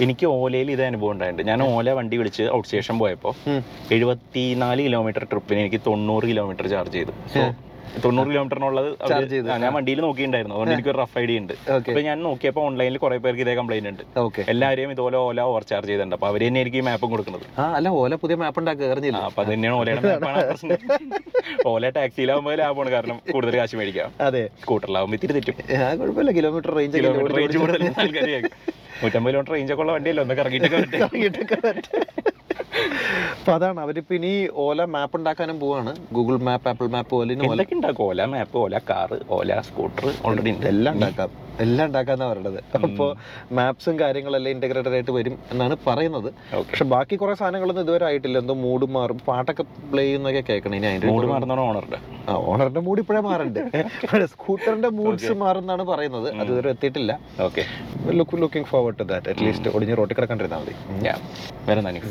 Speaker 2: എനിക്ക് ഓലയിൽ ഇത് അനുഭവം ഉണ്ടായിട്ടുണ്ട് ഞാൻ ഓല വണ്ടി വിളിച്ച് ഔട്ട് സ്റ്റേഷൻ പോയപ്പോൾ
Speaker 1: ഉം.
Speaker 2: എഴുപത്തിനാല് കിലോമീറ്റർ ട്രിപ്പിന് എനിക്ക് തൊണ്ണൂറ് കിലോമീറ്റർ ചാർജ് ചെയ്തു സോ തൊണ്ണൂറ് കിലോമീറ്ററിനുള്ളത് അവര്
Speaker 1: Charge ചെയ്തു.
Speaker 2: ആ, ഞാൻ വണ്ടിയിൽ നോക്കിയിട്ടുണ്ടായിരുന്നു അതുകൊണ്ട് എനിക്ക് ഒരു റഫ് ഐഡിയ ഉണ്ട്
Speaker 1: ഓക്കെ
Speaker 2: അപ്പൊ ഞാൻ നോക്കിയപ്പോൾ ഓൺലൈനിൽ കുറെ പേർക്ക് ഇതേ കംപ്ലൈന്റ് ഉണ്ട്
Speaker 1: ഓക്കെ
Speaker 2: എല്ലാവരെയും ഇതുപോലെ ഓല ഓവർ ചാർജ് ചെയ്തിട്ടുണ്ട് അപ്പൊ അവർ തന്നെയായിരിക്കും ഈ മാപ്പും കൊടുക്കുന്നത്
Speaker 1: ആ അല്ല ഓല പുതിയ മാപ്പ് ഉണ്ടാക്കുക
Speaker 2: ആ,
Speaker 1: അറിഞ്ഞില്ല
Speaker 2: അപ്പൊ അത് തന്നെയാണ് ഓലയുടെ മാപ്പാണ് ആ പ്രശ്നം ഓല ടാക്സിയിലാവുമ്പോൾ ലാഭമാണ് കാരണം കൂടുതൽ കാശ് മേടിക്കാം
Speaker 1: അതെ
Speaker 2: സ്കൂട്ടറിലാവുമ്പോൾ ഇത്തിരി തെറ്റും
Speaker 1: ആ കുഴപ്പമില്ല കിലോമീറ്റർ റേഞ്ച്
Speaker 2: കിലോമീറ്റർ റേഞ്ച് കൂടുതൽ ആൾക്കാര് കേൾക്കും. നൂറ്റമ്പത് കിലോമീറ്റർ റേഞ്ച് ഒക്കെ ഉള്ള വണ്ടിയല്ലോ ഒന്ന് കറങ്ങിയിട്ടൊക്കെ വരട്ടെ.
Speaker 1: അപ്പൊ അതാണ് അവരിപ്പോ ഇനി ഓല മാപ്പ് ഉണ്ടാക്കാനും പോവാണ് ഗൂഗിൾ മാപ്പ് ആപ്പിൾ മാപ്പ് പോലെ ഇനി ഓല
Speaker 2: എന്തൊക്കെ ഉണ്ടാക്കും Ola map Ola car Ola scooter already ഉണ്ട്
Speaker 1: എല്ലാം ഉണ്ടാക്കാം എല്ലാം ഉണ്ടാക്കാന്നാ പറയുന്നത് അപ്പോൾ മാപ്സും കാര്യങ്ങളെല്ലാം ഇന്റഗ്രേറ്റഡ് ആയിട്ട് വരും എന്നാണ് പറയുന്നത്
Speaker 2: ഓക്കെ
Speaker 1: പക്ഷെ ബാക്കി കുറെ സാധനങ്ങളൊന്നും ഇതുവരെ ആയിട്ടില്ല എന്തോ മൂട് മാറും പാട്ടൊക്കെ പ്ലേ ചെയ്യുന്നൊക്കെ കേൾക്കണം ഇനി അതിന്റെ
Speaker 2: മൂട് മാറുന്നതാണ് ഓണറുടെ
Speaker 1: ആ, ഓണറിന്റെ മൂഡ് ഇപ്പോഴേ മാറണ്ട് സ്കൂട്ടറിന്റെ മൂഡ്സ് മാറുന്നാണ് പറയുന്നത് അത് ഇതുവരെ എത്തിയിട്ടില്ല
Speaker 2: okay
Speaker 1: look looking forward to that at least ഒടിഞ്ഞ് റോട്ടിൽ കിടക്കണ്ടിരുന്നാൽ മതി
Speaker 2: വേറെ എന്താ നിനക്ക്?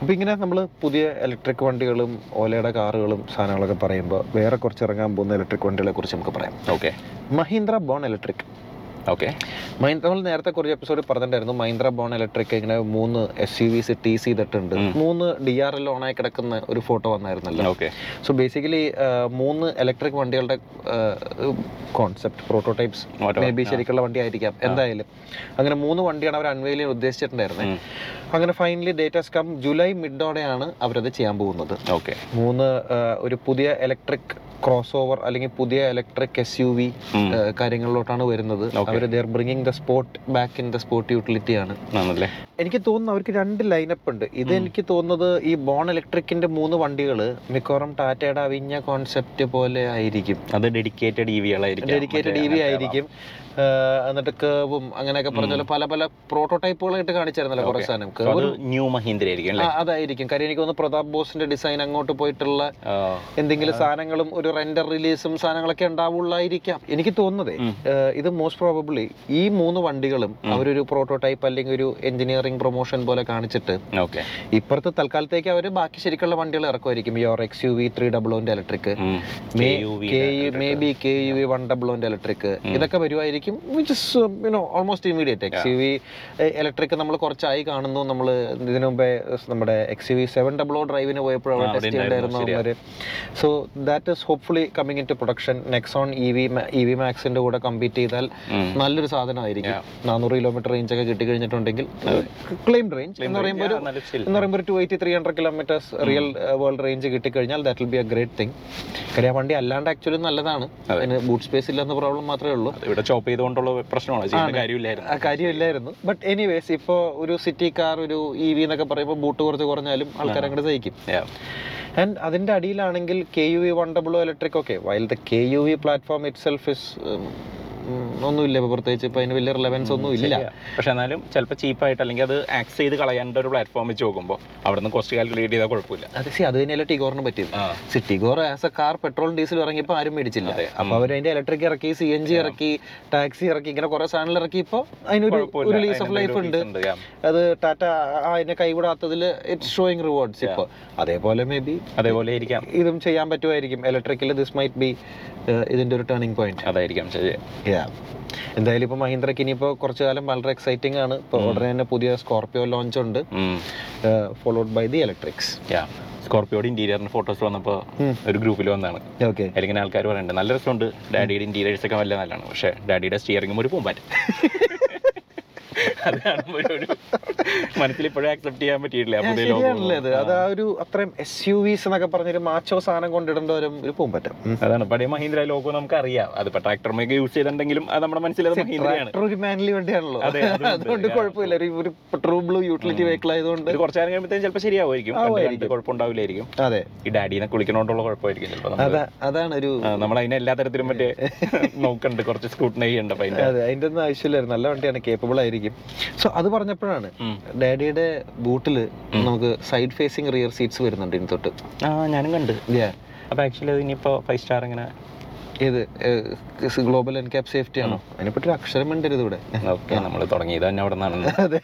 Speaker 1: അപ്പൊ ഇങ്ങനെ നമ്മൾ പുതിയ ഇലക്ട്രിക് വണ്ടികളും ഓലയുടെ കാറുകളും സാധനങ്ങളൊക്കെ പറയുമ്പോൾ വേറെ കുറച്ച് ഇറങ്ങാൻ പോകുന്ന ഇലക്ട്രിക് വണ്ടികളെ കുറിച്ച് നമുക്ക് പറയാം
Speaker 2: okay
Speaker 1: Mahindra born electric
Speaker 2: okay
Speaker 1: Mahindra നമ്മൾ നേരത്തെ കുറച്ച് എപ്പിസോഡ് പറഞ്ഞിട്ടുണ്ടായിരുന്നു മഹീന്ദ്ര ബോൺ ഇലക്ട്രിക് ഇങ്ങനെ മൂന്ന് എസ് യു വിസ് ടി ചെയ്തിട്ടുണ്ട് മൂന്ന് ഡി ആർ എൽ ഓണായി കിടക്കുന്ന ഒരു ഫോട്ടോ വന്നായിരുന്നല്ലോ
Speaker 2: ഓക്കെ
Speaker 1: സോ ബേസിക്കലി uh, മൂന്ന് ഇലക്ട്രിക് വണ്ടികളുടെ uh, concept prototypes
Speaker 2: Whatever.
Speaker 1: May be ശരിക്കുള്ള വണ്ടി ആയിരിക്കാം എന്തായാലും അങ്ങനെ മൂന്ന് വണ്ടിയാണ് അവർ അൺവെയിൽ ചെയ്യാൻ ഉദ്ദേശിച്ചിട്ടുണ്ടായിരുന്നത്
Speaker 2: ഉം.
Speaker 1: അങ്ങനെ ഫൈനലി ഡേറ്റാസ് കം ജൂലൈ മിഡോടെയാണ് അവരത് ചെയ്യാൻ പോകുന്നത്
Speaker 2: ഓക്കെ
Speaker 1: മൂന്ന് ആ, ഒരു പുതിയ ഇലക്ട്രിക് ക്രോസ് ഓവർ അല്ലെങ്കിൽ പുതിയ electric S U V uh, കാര്യങ്ങളിലോട്ടാണ് വരുന്നത്
Speaker 2: Okay.
Speaker 1: അവർ they're bringing the spot back in the spot utility ആണ്
Speaker 2: ആണല്ലേ
Speaker 1: എനിക്ക് തോന്നുന്നു അവർക്ക് രണ്ട് ലൈനപ്പ് ഉണ്ട് ഇത് എനിക്ക് തോന്നുന്നത് ഈ ബോൺ ഇലക്ട്രിക്കിന്റെ മൂന്ന് വണ്ടികൾ മിക്കവാറും ടാറ്റയുടെ അവിഞ്ഞ കോൺസെപ്റ്റ് പോലെ ആയിരിക്കും
Speaker 2: അത് E ഡെഡിക്കേറ്റഡ് ഇ വികളായിരിക്കും
Speaker 1: ഡെഡിക്കേറ്റഡ് ഇ വി E ആയിരിക്കും ആഹ് എന്നിട്ട് കേവും അങ്ങനെയൊക്കെ പറഞ്ഞ പോലെ പല പല പ്രോട്ടോടൈപ്പുകളായിട്ട് കാണിച്ചായിരുന്നല്ലോ കുറെ സാധനം Curve
Speaker 2: അത്
Speaker 1: ഒരു-
Speaker 2: ന്യൂ മഹീന്ദ്ര ആയിരിക്കും
Speaker 1: ആ,
Speaker 2: അല്ലേ
Speaker 1: അതായിരിക്കും കാര്യം എനിക്ക് തോന്നുന്നു പ്രതാപ് ബോസിന്റെ ഡിസൈൻ അങ്ങോട്ട് പോയിട്ടുള്ള എന്തെങ്കിലും സാധനങ്ങളും ഒരു റെൻഡർ റിലീസും സാധനങ്ങളൊക്കെ ഉണ്ടാവുള്ളായിരിക്കാം എനിക്ക് തോന്നുന്നതേ
Speaker 2: ഉം.
Speaker 1: ഏഹ് ഇത് മോസ്റ്റ് പ്രോബബ്ലി ഈ മൂന്ന് വണ്ടികളും അവരൊരു പ്രോട്ടോടൈപ്പ് അല്ലെങ്കിൽ ഒരു എഞ്ചിനീയറിംഗ് പ്രൊമോഷൻ പോലെ കാണിച്ചിട്ട്
Speaker 2: ഓക്കെ
Speaker 1: ഇപ്പുറത്ത് തൽക്കാലത്തേക്ക് അവർ ബാക്കി ശരിക്കുള്ള വണ്ടികൾ ഇറക്കുമായിരിക്കും your X U V three double ഓൻ്റെ electric maybe K U V one double ഓൻ്റെ ഇലക്ട്രിക് ഇതൊക്കെ വരുമായിരിക്കും uh, ആയിരിക്കും which is you know almost immediate X U V electric നമ്മൾ കുറച്ചായി കാണുന്നു നമ്മൾ ഇതിനു മുമ്പേ സ് നമ്മുടെ X U V seven double O ഡ്രൈവിന് പോയപ്പോൾ അവിടെ
Speaker 2: ആ, അവിടെ
Speaker 1: ടെസ്റ്റ് ചെയ്യണ്ടായിരുന്നു
Speaker 2: ഉണ്ടായിരുന്നു,
Speaker 1: അവന്മാർ so that is hopefully coming in to production Nexon E V E V മാക്സിൻ്റെ E കൂടെ കമ്പീറ്റ് ചെയ്താൽ
Speaker 2: ഉം.
Speaker 1: നല്ലൊരു സാധനമായിരിക്കും നാനൂറ് കിലോമീറ്റർ റേഞ്ച് ഒക്കെ കിട്ടി കഴിഞ്ഞിട്ടുണ്ടെങ്കിൽ ക്ലെയിം റേഞ്ച് എന്ന് പറയുമ്പോൾ ഒരു
Speaker 2: ആ, നല്ല chill.
Speaker 1: എന്ന് പറയുമ്പോൾ two eighty three hundred kilometres real world range uh, കിട്ടിക്കഴിഞ്ഞാൽ that will be a great thing കാര്യം ആ വണ്ടി അല്ലാണ്ട് ആക്ച്വലി നല്ലതാണ്
Speaker 2: അതെ.
Speaker 1: അതിന് ബൂട്ട് സ്പേസ് ഇല്ലെന്ന പ്രോബ്ലം മാത്രമേ ഉള്ളൂ
Speaker 2: അത് ഇവിടെ ചോപ്പ് ചെയ്തുകൊണ്ടുള്ള പ്രശ്നമാണ് ചെയ്യുന്ന കാര്യമില്ലായിരുന്നു
Speaker 1: ആ കാര്യമില്ലായിരുന്നു ബട്ട് എനിവേസ് ഇപ്പോൾ ഒരു സിറ്റി കാർ ഒരു ഇ വി എന്നൊക്കെ പറയുമ്പോൾ ബൂട്ട് കുറച്ച് കുറഞ്ഞാലും ആൾക്കാർ അങ്ങോട്ട് സഹിക്കും
Speaker 2: Yeah.
Speaker 1: ആൻഡ് അതിൻ്റെ അടിയിലാണെങ്കിൽ K U V one double electric okay while the K U V platform itself is ഒന്നുമില്ല ഇപ്പോൾ പ്രത്യേകിച്ച് ഇപ്പോൾ അതിന് വലിയ റിലവൻസ് ഒന്നും ഇല്ല
Speaker 2: ശരിയാ. പക്ഷെ എന്നാലും ചിലപ്പോൾ ചീപ്പായിട്ട് അല്ലെങ്കിൽ അത് ആക്സ് ചെയ്ത് കളയേണ്ട ഒരു പ്ലാറ്റ്ഫോം വെച്ച് നോക്കുമ്പോൾ അവിടെ നിന്ന് കോസ്റ്റ് കാൽക്കുലേറ്റ് ചെയ്താൽ കുഴപ്പമില്ല
Speaker 1: അത് സി അത് തന്നെയല്ലേ ടിഗോറിന് പറ്റിയത്
Speaker 2: ആ.
Speaker 1: സിറ്റിഗോർ as a car petrol diesel ഇറങ്ങിയപ്പോൾ ആരും മേടിച്ചില്ല
Speaker 2: അതെ.
Speaker 1: അപ്പൊ അവർ അതിന്റെ ഇലക്ട്രിക് ഇറക്കി സി എൻ ജി ഇറക്കി ടാക്സി ഇറക്കി ഇങ്ങനെ കുറെ സാധനങ്ങൾ ഇറക്കി ഇപ്പൊ അതിനൊരു
Speaker 2: കുഴപ്പമില്ല.
Speaker 1: ഒരു ലീസ് ഓഫ്
Speaker 2: അതിനെന്തെങ്കിലും
Speaker 1: ലൈഫ് ഉണ്ട്
Speaker 2: reason ഉണ്ട്. Yeah.
Speaker 1: അത് ടാറ്റ അതിനെ കൈവിടാത്തതിൽ ഇറ്റ്സ് ഷോയിങ് റിവാർഡ്സ് ഇപ്പൊ അതേപോലെ മേ ബി
Speaker 2: അതേപോലെ ഇരിക്കാം
Speaker 1: ഇതും ചെയ്യാൻ പറ്റുമായിരിക്കും ഇലക്ട്രിക്കൽ ദിസ് മൈറ്റ് ബി ഇതിന്റെ ഒരു ടേണിംഗ് പോയിന്റ്
Speaker 2: അതായിരിക്കാം ശരി
Speaker 1: എന്തായാലും ഇപ്പൊ മഹീന്ദ്രക്ക് ഇനിയിപ്പോ കുറച്ചു കാലം വളരെ എക്സൈറ്റിംഗ് ആണ് ഇപ്പൊ ഉടനെ തന്നെ പുതിയ സ്കോർപിയോ ലോഞ്ച് ഉണ്ട് ഫോളോഡ് ബൈ ദി ഇലക്ട്രിക്സ്
Speaker 2: സ്കോർപ്പിയോടെ ഇന്റീരിയറിന്റെ ഫോട്ടോസ് വന്നപ്പോൾ
Speaker 1: ഉം.
Speaker 2: ഒരു ഗ്രൂപ്പിൽ വന്നാണ്
Speaker 1: ഓക്കെ
Speaker 2: അതിലിങ്ങനെ ആൾക്കാർ പറയുന്നുണ്ട് നല്ല രസമുണ്ട് ഡാഡിയുടെ ഇന്റീരിയേഴ്സ് ഒക്കെ നല്ല നല്ലതാണ് പക്ഷെ ഡാഡിയുടെ സ്റ്റിയറിംഗും ഒരു പൂമ്പാറ്റ അതാണ് ഒരു- ഒരു മനസ്സിൽ ഇപ്പോഴും ആക്സെപ്റ്റ് ചെയ്യാൻ പറ്റിയിട്ടില്ല ആ
Speaker 1: ഞാൻ
Speaker 2: പുതിയ logo.
Speaker 1: ശരിയാണല്ലേ അത് അത് ആ ഒരു അത്രയും എസ് യു വിസ് എന്നൊക്കെ പറഞ്ഞൊരു മാച്ചോ സാധനം കൊണ്ടിടേണ്ട വരും ഒരു പോകും പറ്റും
Speaker 2: അതാണ് പഴയ മഹീന്ദ്ര ലോഗോ നമുക്ക് അറിയാം അതിപ്പോ ട്രാക്ടർമൊക്കെ യൂസ് ചെയ്തിട്ടുണ്ടെങ്കിലും അത് നമ്മുടെ മനസ്സിൽ അത് മഹീന്ദ്രയാണ്
Speaker 1: ട്രാക്ടർ ഒരു മാൻലി വണ്ടിയാണല്ലോ
Speaker 2: അതെ, അതുകൊണ്ട്
Speaker 1: അതുകൊണ്ട് കുഴപ്പമില്ല ഒരു- ഒരു ട്രൂ ബ്ലൂ യൂട്ടിലിറ്റി വെഹിക്കിൾ ആയതുകൊണ്ട്
Speaker 2: ഇത് കുറച്ചു നേരം കഴിയുമ്പോഴത്തേക്കും ചിലപ്പോൾ ശരിയാവുമായിരിക്കും കണ്ട്
Speaker 1: ആവുമായിരിക്കും.
Speaker 2: കണ്ട് കുഴപ്പമുണ്ടാവില്ലായിരിക്കും
Speaker 1: അതെ
Speaker 2: ഈ ഡാഡിനെ കുളിക്കണോണ്ടുള്ള കുഴപ്പമായിരിക്കും ചിലപ്പോൾ നമ്മൾ
Speaker 1: അതാ അതാണ് ഒരു
Speaker 2: നമ്മൾ അതിനെ എല്ലാ തരത്തിലും മറ്റേ നോക്കണ്ട് കുറച്ച് സ്കൂട്ടിനെ ചെയ്യണ്ട അപ്പൊ അതിന്റെ
Speaker 1: അതെ അതിന്റെ ഒന്നും ആവശ്യമില്ലായിരുന്നു നല്ല വണ്ടിയാണ് കേപ്പബിൾ ആയിരിക്കും സോ അത് പറഞ്ഞപ്പോഴാണ്
Speaker 2: ഉം.
Speaker 1: ഡാഡിയുടെ ബൂട്ടിൽ നമുക്ക് സൈഡ് ഫേസിങ് റിയർ സീറ്റ്സ് വരുന്നുണ്ട് ഇനി തൊട്ട്
Speaker 2: ആ ഞാനും കണ്ട്
Speaker 1: Yeah.
Speaker 2: അപ്പൊ ആക്ച്വലി അത് ഇനിയിപ്പോ ഫൈവ് സ്റ്റാർ ഇങ്ങനെ
Speaker 1: ഇത് ഗ്ലോബൽ എൻകാപ് സേഫ്റ്റി ആണോ അതിനെപ്പറ്റി ഒരു അക്ഷരം ഉണ്ടരുത് ഇവിടെ
Speaker 2: ഓക്കെ നമ്മൾ തുടങ്ങിയത് തന്നെ അവിടെ നിന്നാണ്
Speaker 1: അതെ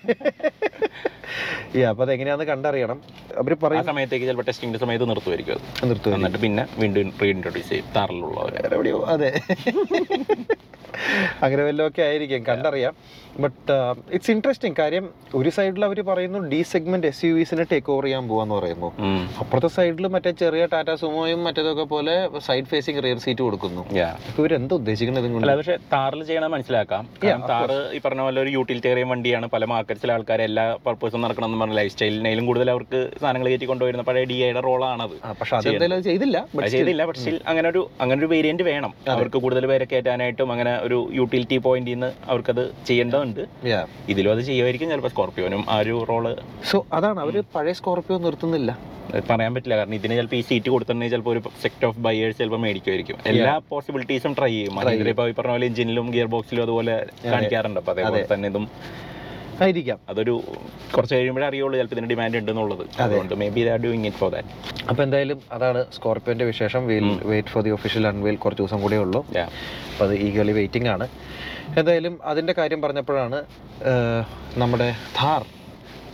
Speaker 1: Yeah, അപ്പൊ അതെങ്ങനെയാന്ന് കണ്ടറിയണം അവര്
Speaker 2: ആ
Speaker 1: പറയും
Speaker 2: സമയത്തേക്ക് ചിലപ്പോൾ ടെസ്റ്റിംഗിന്റെ സമയത്ത് നിർത്തുമായിരിക്കും അത്
Speaker 1: നിർത്തുക
Speaker 2: എന്നിട്ട് പിന്നെ വീണ്ടും റീഇൻട്രൊഡ്യൂസ് ചെയ്യും താറിലുള്ളവരെ
Speaker 1: വേറെ എവിടെയോ അതെ അങ്ങനെ വല്ലതൊക്കെ ആയിരിക്കും കണ്ടറിയാം ബട്ട് ഇറ്റ്സ് ഇൻട്രസ്റ്റിംഗ് കാര്യം ഒരു സൈഡിൽ അവർ പറയുന്നു ഡി സെഗ്മെന്റ് എസ് യു വിസിനെ ടേക്ക് ഓവർ ചെയ്യാൻ പോവാന്ന് പറയുന്നു അപ്പുറത്തെ സൈഡിൽ മറ്റേ ചെറിയ ടാറ്റ സുമോയും മറ്റേതൊക്കെ പോലെ സൈഡ് ഫേസിങ് റിയർ സീറ്റ് കൊടുക്കുന്നു അപ്പൊ ഇവരെന്താ ഉദ്ദേശിക്കുന്നത് ഇതും
Speaker 2: അല്ല
Speaker 1: കൊണ്ട്
Speaker 2: പക്ഷെ താറിൽ ചെയ്യണം മനസ്സിലാക്കാം
Speaker 1: Yeah,
Speaker 2: കാരണം
Speaker 1: of
Speaker 2: താറ് ഈ പറഞ്ഞ പോലെ ഒരു യൂട്ടിലിറ്റേറിയൻ വണ്ടിയാണ് പല മാർക്കറ്റ്സിലെ ആൾക്കാർ എല്ലാ പർപ്പസും നടക്കണം എന്ന് പറഞ്ഞ ലൈഫ് സ്റ്റൈലിനേലും കൂടുതൽ അവർക്ക് സാധനങ്ങൾ കയറ്റി കൊണ്ടുവരുന്ന പഴയ ഡി ഐയുടെ റോളാണത്
Speaker 1: ആ, പക്ഷെ അതെന്തായാലും അത് ചെയ്തില്ല Ah, but
Speaker 2: അത് ചെയ്തില്ല പക്ഷേ still അങ്ങനെ ഒരു അങ്ങനെ ഒരു വേരിയന്റ് വേണം അവർക്ക് കൂടുതൽ പേരെ കയറ്റാനായിട്ടും അങ്ങനെ ഒരു യൂട്ടിലിറ്റി പോയിന്റിൽ നിന്ന് അവർക്കത് ചെയ്യേണ്ടതുണ്ട്
Speaker 1: yeah.
Speaker 2: ഇതിലും അത് ചെയ്യുമായിരിക്കും ചിലപ്പോൾ സ്കോർപ്പിയോനും ആ ഒരു റോള്
Speaker 1: സോ അതാണ് അവര് പഴയ സ്കോർപിയോ നിർത്തുന്നില്ല
Speaker 2: പറയാൻ പറ്റില്ല കാരണം ഇതിന് ചിലപ്പോൾ ഈ സീറ്റ് കൊടുത്തിട്ടുണ്ടെങ്കിൽ ചിലപ്പോൾ ഒരു സെക്ട് ഓഫ് ബയേഴ്സ് ചിലപ്പോൾ മേടിക്കുമായിരിക്കും എല്ലാ പോസിബിലിറ്റീസും ട്രൈ ചെയ്യും അതിൽ ഇപ്പോൾ ഈ പറഞ്ഞ പോലെ എഞ്ചിനിലും ഗിയർ ബോക്സിലും അതുപോലെ കാണിക്കാറുണ്ട് അപ്പോൾ അതേപോലെ തന്നെ ഇതും
Speaker 1: ആയിരിക്കാം
Speaker 2: അതൊരു കുറച്ച് കഴിയുമ്പോഴേ അറിയുള്ളൂ ചിലപ്പോൾ ഇതിന് ഡിമാൻഡ് ഉണ്ടെന്നുള്ളത് അതുകൊണ്ട് maybe they're doing it for that
Speaker 1: അപ്പൊ എന്തായാലും അതാണ് സ്കോർപിയോന്റെ വിശേഷം will wait for the official unveil കുറച്ച് ദിവസം കൂടിയേ ഉള്ളൂ അപ്പോൾ അത് ഈഗലി വെയിറ്റിംഗ് ആണ് എന്തായാലും അതിൻ്റെ കാര്യം പറഞ്ഞപ്പോഴാണ് ഏഹ്, നമ്മുടെ ഥാർ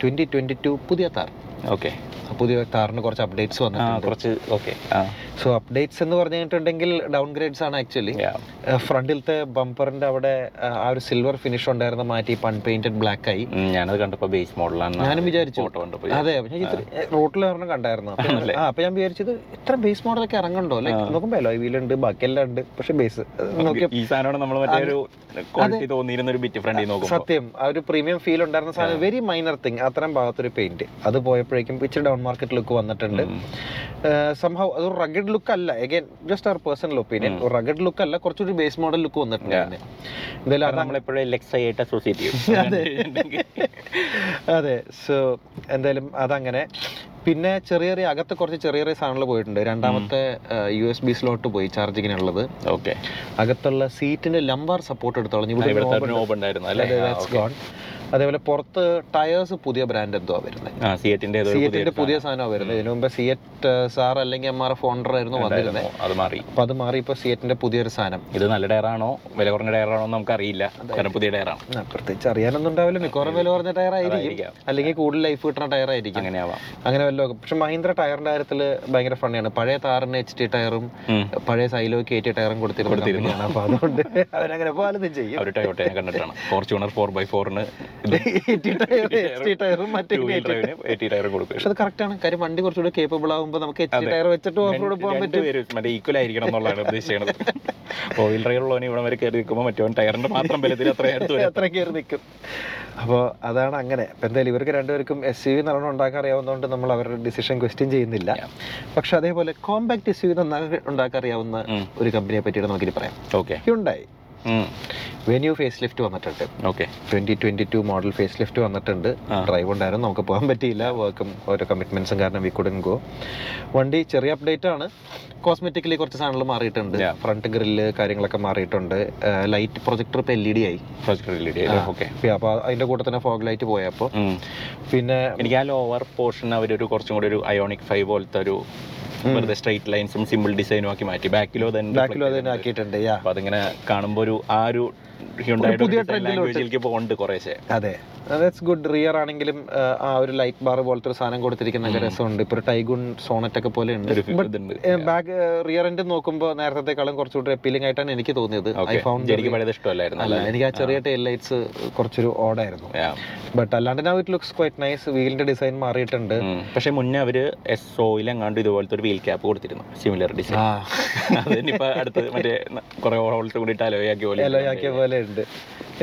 Speaker 1: ട്വൻറ്റി ട്വൻറ്റി ടു പുതിയ താർ
Speaker 2: ഓക്കെ
Speaker 1: ആ പുതിയ താറിന് കുറച്ച് അപ്ഡേറ്റ്സ്
Speaker 2: ആ
Speaker 1: വന്നിട്ടുണ്ട്
Speaker 2: കുറച്ച് ഓക്കെ ആ
Speaker 1: സോ അപ്ഡേറ്റ്സ് എന്ന് പറഞ്ഞിട്ടുണ്ടെങ്കിൽ ഡൗൺ ഗ്രേഡ്സ് ആണ് ആക്ച്വലി
Speaker 2: yeah.
Speaker 1: ഫ്രണ്ടിലത്തെ ബമ്പറിൻ്റെ അവിടെ ആ, ആ ഒരു സിൽവർ ഫിനിഷ് ഉണ്ടായിരുന്ന മാറ്റി പൺ പെയിൻറ്റഡ് ബ്ലാക്ക് ആയി
Speaker 2: ഉം, ഞാനത് കണ്ടപ്പോൾ ബേസ് മോഡലാണ്
Speaker 1: ഞാനും വിചാരിച്ചു
Speaker 2: ഫോട്ടോ കണ്ടപ്പോൾ
Speaker 1: അതെ ഞാൻ റോട്ടിൽ ഒരെണ്ണം കണ്ടായിരുന്നു അപ്പൊ ഞാൻ- ആ, അപ്പൊ ഞാൻ വിചാരിച്ചത് ഇത്ര ബേസ് മോഡലൊക്കെ ഇറങ്ങണ്ടോ അല്ലെ നോക്കുമ്പോ അല്ലോ വീലുണ്ട് ബാക്കിയെല്ലാം ഉണ്ട് പക്ഷെ ബേസ് നോക്കിയ
Speaker 2: ഈ സാധനമാണ് നമ്മൾ മറ്റേ ഒരു ക്വാളിറ്റി തോന്നിയിരുന്ന ഒരു ബിറ്റ് ഫ്രണ്ടിൽ നോക്കും
Speaker 1: സത്യം ആ ഒരു പ്രീമിയം ഫീൽ ഉണ്ടായിരുന്ന സാധനം വെരി മൈനർ തിങ് അത്തരം ഭാഗത്തൊരു പെയിന്റ് അത് പോയപ്പോഴേക്കും ഇച്ചിരി ഡൗൺ മാർക്കറ്റ് ലുക്ക് വന്നിട്ടുണ്ട് സംഭവം അത് റഗഡ് ലുക്ക് അല്ല എഗൈൻ ജസ്റ്റ് അവർ പേഴ്സണൽ ഒപ്പീനിയൻ റഗഡ് ലുക്ക് അല്ല കുറച്ചൊരു ബേസ് മോഡൽ ലുക്ക് വന്നിട്ടുണ്ട് അതിന്. എന്തായാലും അതാ-
Speaker 2: നമ്മളെപ്പോഴും എലക്സ ആയിട്ട് അസോസിയേറ്റ്
Speaker 1: അതെ സോ എന്തായാലും അതങ്ങനെ പിന്നെ ചെറിയ ചെറിയ അകത്ത് കുറച്ച് ചെറിയ ചെറിയ സാധനങ്ങൾ പോയിട്ടുണ്ട് രണ്ടാമത്തെ യു എസ് ബി സ്ലോട്ട് പോയി ചാർജിങ്ങിനുള്ളത്
Speaker 2: ഓക്കെ
Speaker 1: അകത്തുള്ള സീറ്റിന്റെ ലംബാർ സപ്പോർട്ട് എടുത്തോളഞ്ഞു ഇവിടെ
Speaker 2: ഇവിടുത്തെ നോബ് ഉണ്ടായിരുന്നു അല്ലേ
Speaker 1: അതെ, that's gone. അതേപോലെ പുറത്ത് ടയേഴ്സ് പുതിയ ബ്രാൻഡ് എന്തോ വരുന്നത്
Speaker 2: ആ സിയറ്റിന്റെ ഏതോ ഒരു
Speaker 1: സിയറ്റിന്റെ
Speaker 2: പുതിയ
Speaker 1: പുതിയ സാധനമാണ് വരുന്നത് ഇതിനു മുമ്പ് സിയറ്റ് സാർ അല്ലെങ്കിൽ എം ആർ ഫോണ്ടർ ആയിരുന്നു വന്നിരുന്നത്
Speaker 2: ഉണ്ടായിരുന്നു. അത് മാറി
Speaker 1: അപ്പൊ അത് മാറി ഇപ്പൊ സിയറ്റിന്റെ പുതിയൊരു സാധനം
Speaker 2: ഇത് നല്ല ടയറാണോ വില കുറഞ്ഞ ടയറാണോ എന്ന് നമുക്കറിയില്ല കാരണം പുതിയ ടയറാണ്
Speaker 1: ആ, പ്രത്യേകിച്ച് അറിയാനൊന്നും ഉണ്ടാവില്ല മിക്കവാറും വില കുറഞ്ഞ ടയർ ആയിരിക്കും
Speaker 2: ആയിരിക്കാം.
Speaker 1: അല്ലെങ്കിൽ കൂടുതൽ ലൈഫ് കിട്ടുന്ന ടയർ ആയിരിക്കും
Speaker 2: അങ്ങനെയാവാം
Speaker 1: അങ്ങനെ വല്ലതും പക്ഷെ മഹീന്ദ്ര ടയറിന്റെ കാര്യത്തിൽ ഭയങ്കര ഫണ്ണിയാണ് പഴയ താറിന് എച്ച് ടി ടയറും
Speaker 2: ഉം.
Speaker 1: പഴയ സൈലോ കെ ടി ടയറും കൊടുത്തിരുന്ന
Speaker 2: കൊടുത്തിരുന്നു.
Speaker 1: company ആണ്. അപ്പൊ അതുകൊണ്ട് അവരങ്ങനെ പാലത്തും ചെയ്യും
Speaker 2: അവർ ടയോട്ടയെ കണ്ടിട്ടാണ് ഫോർച്യൂണർ ഫോർ ബൈ ഫോറിന് ഇത്
Speaker 1: ടയറും മറ്റേ
Speaker 2: ടൂ വീൽ ഡ്രൈവിന് എയ്റ്റി ടയർ കൊടുക്കും
Speaker 1: പക്ഷെ അത് കറക്റ്റ് ആണ് കാര്യം വണ്ടി കുറച്ചുകൂടി കേപ്പബിൾ ആകുമ്പോൾ നമുക്ക് എച്ച് ടയർ വെച്ചിട്ട് ഓഫ് റോഡ് പോകാൻ പറ്റും
Speaker 2: രണ്ടുപേരും മറ്റേ ഈക്വൽ ആയിരിക്കണം എന്നുള്ളതാണ് ഉദ്ദേശിക്കുന്നത് ഫോർ വീൽ ഡ്രൈവർ ഉള്ളവന് ഇവിടെ വരെ കയറി നിൽക്കുമ്പോൾ മറ്റവൻ ടയറിന്റെ മാത്രം ബലത്തിൽ അത്ര അടുത്ത് വരും
Speaker 1: അത്ര കയറി നിൽക്കും അപ്പോൾ അതാണ് അങ്ങനെ ഇപ്പം എന്തായാലും ഇവർക്ക് രണ്ടുപേർക്കും എസ് യു വി നല്ലോണം ഉണ്ടാക്കാൻ അറിയാവുന്നതുകൊണ്ട് നമ്മൾ അവരുടെ ഡിസിഷൻ ക്വസ്റ്റ്യൻ ചെയ്യുന്നില്ല പക്ഷെ അതേപോലെ കോമ്പാക്ട് എസ് യു വി നന്നായി ഉണ്ടാക്കാൻ അറിയാവുന്ന
Speaker 2: ഉം.
Speaker 1: ഒരു കമ്പനിയെ പറ്റിയിട്ട് നമുക്കിനി പറയാം
Speaker 2: okay
Speaker 1: Hyundai Venue facelift വന്നിട്ടുണ്ട്
Speaker 2: okay
Speaker 1: twenty twenty two model facelift വന്നിട്ടുണ്ട്
Speaker 2: ആ.
Speaker 1: ഡ്രൈവ് ഉണ്ടായിരുന്നു നമുക്ക് പോകാൻ പറ്റിയില്ല വർക്കും ഓരോ കമ്മിറ്റ്മെന്റ്സും കാരണം വി കുഡൻ ഗോ വണ്ടി ചെറിയ അപ്ഡേറ്റ് ആണ് കോസ്മെറ്റിക്കലി കുറച്ച് സാധനങ്ങൾ മാറിയിട്ടുണ്ട്
Speaker 2: Yeah.
Speaker 1: ഫ്രണ്ട് ഗ്രില്ല് കാര്യങ്ങളൊക്കെ മാറിയിട്ടുണ്ട് ലൈറ്റ് പ്രൊജക്ടർ ഇപ്പോൾ എൽ ഇ ഡി E ആയി
Speaker 2: പ്രൊജക്ട് റിലേറ്റ്
Speaker 1: ആ.
Speaker 2: ഓക്കെ
Speaker 1: അപ്പോൾ അതിന്റെ കൂടെ തന്നെ ഫോഗ് ലൈറ്റ് പോയപ്പോൾ പിന്നെ
Speaker 2: എനിക്ക് ആ ലോവർ പോർഷൻ അവരൊരു കുറച്ചും കൂടി ഒരു അയോണിക് ഫൈവ് പോലത്തെ ഒരു
Speaker 1: ഉം.
Speaker 2: വെറുതെ സ്ട്രൈറ്റ് ലൈൻസും സിമ്പിൾ ഡിസൈനും ആക്കി മാറ്റി ബാക്കിലോ തന്നെ
Speaker 1: ബാക്കിലും അത് തന്നെ ആക്കിയിട്ടുണ്ട് യാ
Speaker 2: അപ്പൊ അതിങ്ങനെ കാണുമ്പോ ഒരു ആ ഒരു
Speaker 1: ഒരു പുതിയ trend ലോട്ട്.
Speaker 2: ലാംഗ്വേജിലേക്ക് പോകുന്നുണ്ട് കുറേശ്ശെ
Speaker 1: അതെ ദാറ്റ്സ് ഗുഡ് റിയർ ആണെങ്കിലും ആ, ആ ഒരു ലൈറ്റ് ബാർ പോലത്തെ ഒരു സാധനം കൊടുത്തിരിക്കുന്ന രസമുണ്ട് ഇപ്പോൾ ഒരു ടൈഗുൺ സോണറ്റ് ഒക്കെ പോലെ ഉണ്ട്
Speaker 2: ഒരു
Speaker 1: ബട്ട്
Speaker 2: ഇതുണ്ട്
Speaker 1: ബാക്ക് റിയർ എൻഡ് നോക്കുമ്പോൾ നേരത്തെക്കാളും കുറച്ചുകൂടി അപ്പീലിംഗ് ആയിട്ടാണ് എനിക്ക് തോന്നിയത് ഐ
Speaker 2: Okay.
Speaker 1: ഫൗണ്ട്
Speaker 2: എനിക്ക് പഴയത് ഇഷ്ടമല്ലായിരുന്നു
Speaker 1: അല്ല
Speaker 2: അല്ലേ?
Speaker 1: എനിക്ക് ആ ചെറിയ ടെയിൽ ലൈറ്റ്സ് കുറച്ചൊരു ഓടായിരുന്നു
Speaker 2: Yeah.
Speaker 1: ബട്ട് അല്ലാണ്ട് now it looks quite nice വീലിന്റെ ഡിസൈൻ മാറിയിട്ടുണ്ട്
Speaker 2: ഉം. പക്ഷേ മുന്നേ അവര് എസ് ഓയിൽ എങ്ങാണ്ട് ഇതുപോലത്തെ ഒരു വീൽ ക്യാപ്പ് കൊടുത്തിരുന്നു സിമിലർ ഡിസൈൻ
Speaker 1: ആ
Speaker 2: അതിനിപ്പോ അടുത്ത് മറ്റേ ന- കുറെ ഹോൾട്ട് കൂടി അലോയാക്കിയ പോലെ
Speaker 1: എല്ലാം ആക്കിയ പോലെ ഉണ്ട്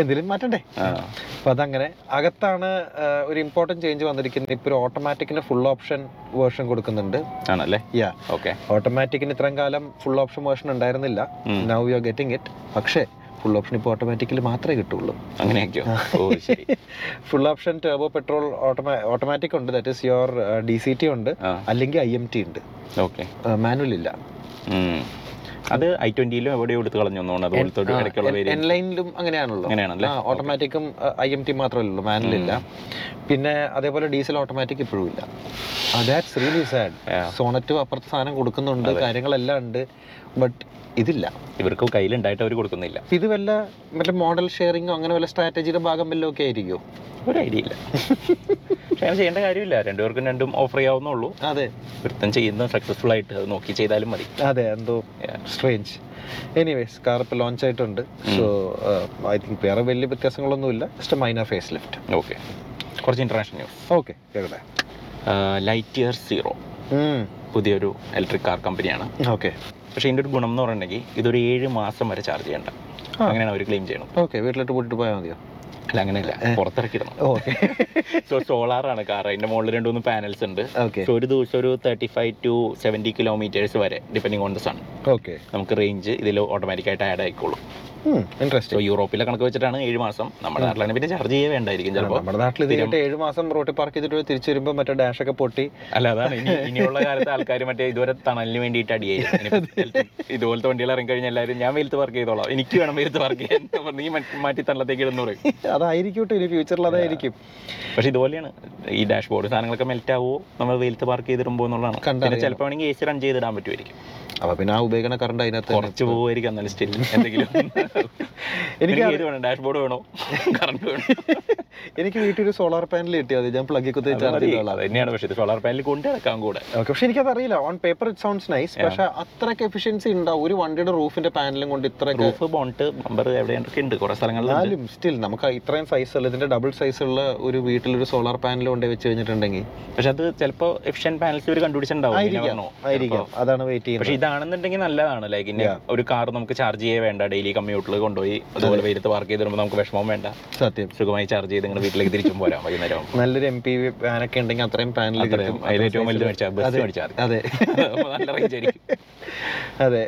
Speaker 1: എന്തിലും മാറ്റണ്ടേ
Speaker 2: ആ.
Speaker 1: അപ്പൊ അതങ്ങനെ അകത്താണ് ആ, ഒരു ഇമ്പോർട്ടന്റ് ചേഞ്ച് വന്നിരിക്കുന്നത് ഇപ്പൊ ഒരു ഓട്ടോമാറ്റിക്കിന് ഫുൾ ഓപ്ഷൻ വേർഷൻ കൊടുക്കുന്നുണ്ട്
Speaker 2: ആണല്ലേ
Speaker 1: യാ
Speaker 2: ഓക്കെ
Speaker 1: ഓട്ടോമാറ്റിക്കിന് ഇത്രയും കാലം ഫുൾ ഓപ്ഷൻ വേർഷൻ ഉണ്ടായിരുന്നില്ല
Speaker 2: ഉം.
Speaker 1: Now you are getting it പക്ഷേ ഫുൾ ഓപ്ഷൻ ഇപ്പോൾ ഓട്ടോമാറ്റിക്കിൽ മാത്രമേ കിട്ടുള്ളൂ
Speaker 2: അങ്ങനെയൊക്കെയോ ഓ ശരി
Speaker 1: full option turbo petrol automatic ഉണ്ട് that is your D C T ഉണ്ട്
Speaker 2: ആ
Speaker 1: അല്ലെങ്കിൽ ഐ എം ടി ഉണ്ട്
Speaker 2: ഓക്കെ
Speaker 1: മാനുവൽ ഇല്ല
Speaker 2: അത് ഐ ട്വന്റിയിലും എവിടെയോ എടുത്ത് കളഞ്ഞു തോന്നുന്നു അതുപോലത്തെ ഒരു ഇടയ്ക്കുള്ള വേരി
Speaker 1: എൻലൈനിലും അങ്ങനെയാണല്ലോ
Speaker 2: അങ്ങനെയാണല്ലേ
Speaker 1: ആ uh, ഓട്ടോമാറ്റിക്കും ഐ എം ടി മാത്രമേ ഉള്ളൂ മാനുവൽ ഇല്ല പിന്നെ അതേപോലെ ഡീസൽ ഓട്ടോമാറ്റിക് ഇപ്പോഴും ഇല്ല Uh, that's really sad
Speaker 2: Yeah.
Speaker 1: സോണറ്റും അപ്പുറത്തെ സാധനം കൊടുക്കുന്നുണ്ട് കാര്യങ്ങളെല്ലാം ഉണ്ട് ബട്ട് ഇതില്ല
Speaker 2: ഇവർക്ക് കയ്യിലുണ്ടായിട്ട് അവർ കൊടുക്കുന്നില്ല
Speaker 1: ഇത് വല്ല മറ്റേ മോഡൽ ഷെയറിങ്ങോ അങ്ങനെ വല്ല സ്ട്രാറ്റജിയുടെ ഭാഗം വല്ലതും ഒക്കെ ആയിരിക്കുമോ
Speaker 2: ഒരു ഐഡിയ ഇല്ല പക്ഷേ അങ്ങനെ ചെയ്യേണ്ട കാര്യമില്ല രണ്ടുപേർക്കും രണ്ടും ഓഫർ ചെയ്യാവുന്നുള്ളൂ
Speaker 1: അതെ
Speaker 2: വൃത്തം ചെയ്യുന്ന സക്സസ്ഫുൾ ആയിട്ട് അത് നോക്കി ചെയ്താലും മതി
Speaker 1: അതെ എന്തോ
Speaker 2: Yeah.
Speaker 1: സ്ട്രേഞ്ച് എനിവേസ് കാർ ഇപ്പോൾ ലോഞ്ച് ആയിട്ടുണ്ട് സോ ഐ തിങ്ക് വേറെ വലിയ വ്യത്യാസങ്ങളൊന്നുമില്ല just minor facelift
Speaker 2: okay കുറച്ച് ഇന്റർനാഷണൽ ന്യൂസ്
Speaker 1: ഓക്കെ കേട്ടെ
Speaker 2: ലൈറ്റ് ഇയർ സീറോ പുതിയൊരു ഇലക്ട്രിക് കാർ കമ്പനിയാണ്
Speaker 1: ഓക്കെ
Speaker 2: പക്ഷേ ഇതിൻ്റെ ഒരു ഗുണം എന്ന് പറഞ്ഞിട്ടുണ്ടെങ്കിൽ ഇതൊരു ഏഴ് മാസം വരെ ചാർജ് ചെയ്യേണ്ട അങ്ങനെയാണ് അവർ ക്ലെയിം ചെയ്യണം
Speaker 1: ഓക്കെ വീട്ടിലോട്ട് പൂട്ടിട്ട് പോയാൽ മതിയോ
Speaker 2: അല്ല അങ്ങനെയല്ല പുറത്തിറക്കിടണം
Speaker 1: ഓക്കെ
Speaker 2: സോ സോളാറാണ് കാർ അതിൻ്റെ മുകളിൽ രണ്ട് മൂന്ന് പാനൽസ് ഉണ്ട്
Speaker 1: ഓക്കെ
Speaker 2: സോ ഒരു ദിവസം ഒരു thirty five to seventy kilometres വരെ depending on the sun
Speaker 1: okay
Speaker 2: നമുക്ക് റേഞ്ച് ഇതിൽ ഓട്ടോമാറ്റിക്കായിട്ട് ആഡ് ആയിക്കോളും സോ
Speaker 1: ഇൻട്രസ്റ്റിംഗ്
Speaker 2: യൂറോപ്പിലെ കണക്ക് വെച്ചിട്ടാണ് ഏഴ് മാസം നമ്മുടെ നാട്ടിലാണ് പിന്നെ ചാർജ് ചെയ്യേ വേണ്ടായിരിക്കും ചിലപ്പോൾ
Speaker 1: നമ്മുടെ നാട്ടിൽ ഇത് കഴിഞ്ഞിട്ട് ഏഴ് മാസം റോട്ടിൽ പാർക്ക് ചെയ്തിട്ട് തിരിച്ചു വരുമ്പോൾ മറ്റേ ഡാഷ് ഒക്കെ പൊട്ടി
Speaker 2: അല്ല അതാണ് ഇനി ഇനിയുള്ള കാലത്ത് ആൾക്കാർ മറ്റേ ഇതുവരെ തണലിന് വേണ്ടിയിട്ട് അടിയായിരുന്നു ഇനിയിപ്പോ ഇലക്ട്രിക് ഇതുപോലത്തെ വണ്ടികൾ ഇറങ്ങി കഴിഞ്ഞാൽ എല്ലാവരും ഞാൻ വെയിലത്ത് വർക്ക് ചെയ്തോളാം എനിക്ക് വേണം വെയിലത്ത് വർക്ക് ചെയ്യാൻ എന്ന് പറഞ്ഞ് നീ മറ്റ് മാറ്റി തണലത്തേക്ക് ഇടുന്നു പറയും
Speaker 1: അതായിരിക്കും കേട്ടോ ഇനി ഫ്യൂച്ചറിൽ അതായിരിക്കും
Speaker 2: പക്ഷെ ഇതുപോലെയാണ് ഈ ഡാഷ് ബോർഡ് സാധനങ്ങളൊക്കെ മെൽറ്റ് ആവുമോ നമ്മൾ വെയിലത്ത് പാർക്ക് ചെയ്തിടുമ്പോൾ എന്നുള്ളതാണ്
Speaker 1: കണ്ടറിയണം.
Speaker 2: പിന്നെ ചിലപ്പോൾ ആണെങ്കിൽ എ സി റൺ ചെയ്തിടാൻ പറ്റുമായിരിക്കും
Speaker 1: അപ്പൊ പിന്നെ ആ ഉപയോഗിക്കുന്ന കറണ്ട് അതിനകത്ത് തന്നെ.
Speaker 2: കുറച്ച് പോവായിരിക്കും എന്നാലും സ്റ്റിൽ എന്തെങ്കിലും എനിക്ക് ഏത് വേണം ഡാഷ് ബോർഡ് വേണോ കറണ്ട് വേണോ
Speaker 1: എനിക്ക് വീട്ടിൽ ഒരു സോളാർ പാനൽ കിട്ടിയാൽ മതി ഞാൻ പ്ലഗ് കുത്തി
Speaker 2: അത്
Speaker 1: ചാർജ്
Speaker 2: മതി.
Speaker 1: ചെയ്തോളാം
Speaker 2: അത് തന്നെയാണ് പക്ഷേ ഇത് സോളാർ പാനൽ കൊണ്ട് നടക്കാൻ കൂടെ
Speaker 1: ഓക്കെ പക്ഷെ എനിക്കത് അറിയില്ല on paper it sounds nice പക്ഷെ അത്രയ്ക്ക് എഫിഷ്യൻസി ഉണ്ടാവും ഒരു വണ്ടിയുടെ റൂഫിന്റെ പാനലും കൊണ്ട് ഇത്രയൊക്കെ
Speaker 2: റൂഫ് ബോണ്ട് ബമ്പർ എവിടെയൊക്കെ ഉണ്ട് കുറേ സ്ഥലങ്ങളിൽ
Speaker 1: എന്നാലും സ്റ്റിൽ നമുക്ക് ഇത്രയും സൈസ് ഉള്ള ഇതിന്റെ ഡബിൾ സൈസ് ഉള്ള ഒരു വീട്ടിൽ ഒരു സോളാർ പാനൽ കൊണ്ട് വെച്ച് കഴിഞ്ഞിട്ടുണ്ടെങ്കിൽ
Speaker 2: പക്ഷെ അത് ചിലപ്പോ എഫിഷ്യന്റ് പാനൽസ് ഇവർ കണ്ടുപിടിച്ചിട്ടുണ്ടാവും ഇങ്ങനെ
Speaker 1: ആയിരിക്കാം
Speaker 2: പറഞ്ഞോ.
Speaker 1: ആയിരിക്കാം അതാണ് വെയിറ്റ്
Speaker 2: പക്ഷെ ഇതാണെന്നുണ്ടെങ്കിൽ നല്ലതാണ് ലൈക്ക് ഇനി ഒരു കാർ നമുക്ക് ചാർജ് ചെയ്യേ വേണ്ട ഡെയിലി കമ്മ്യൂട്ടിൽ കൊണ്ടുപോയി അതുപോലെ വെയിലത്ത് പാർക്ക് ചെയ്ത് വരുമ്പോൾ നമുക്ക് വിഷമം വേണ്ട
Speaker 1: ചെയ്യുന്നത് സത്യം
Speaker 2: സുഖമായി ചാർജ് ചെയ്ത് നിങ്ങളുടെ വീട്ടിലേക്ക് തിരിച്ചും പോരാം വൈകുന്നേരം ആവുമ്പോൾ.
Speaker 1: നല്ലൊരു എം പി വാനൊക്കെ ഉണ്ടെങ്കിൽ അത്രയും പാനൽ
Speaker 2: അത്രയും അതിൽ ഏറ്റവും വലുത് മേടിച്ചാൽ ബസ് മേടിച്ചാൽ മതി
Speaker 1: അതെ
Speaker 2: അപ്പൊ നല്ല റേഞ്ച് ആയിരിക്കും
Speaker 1: അതെ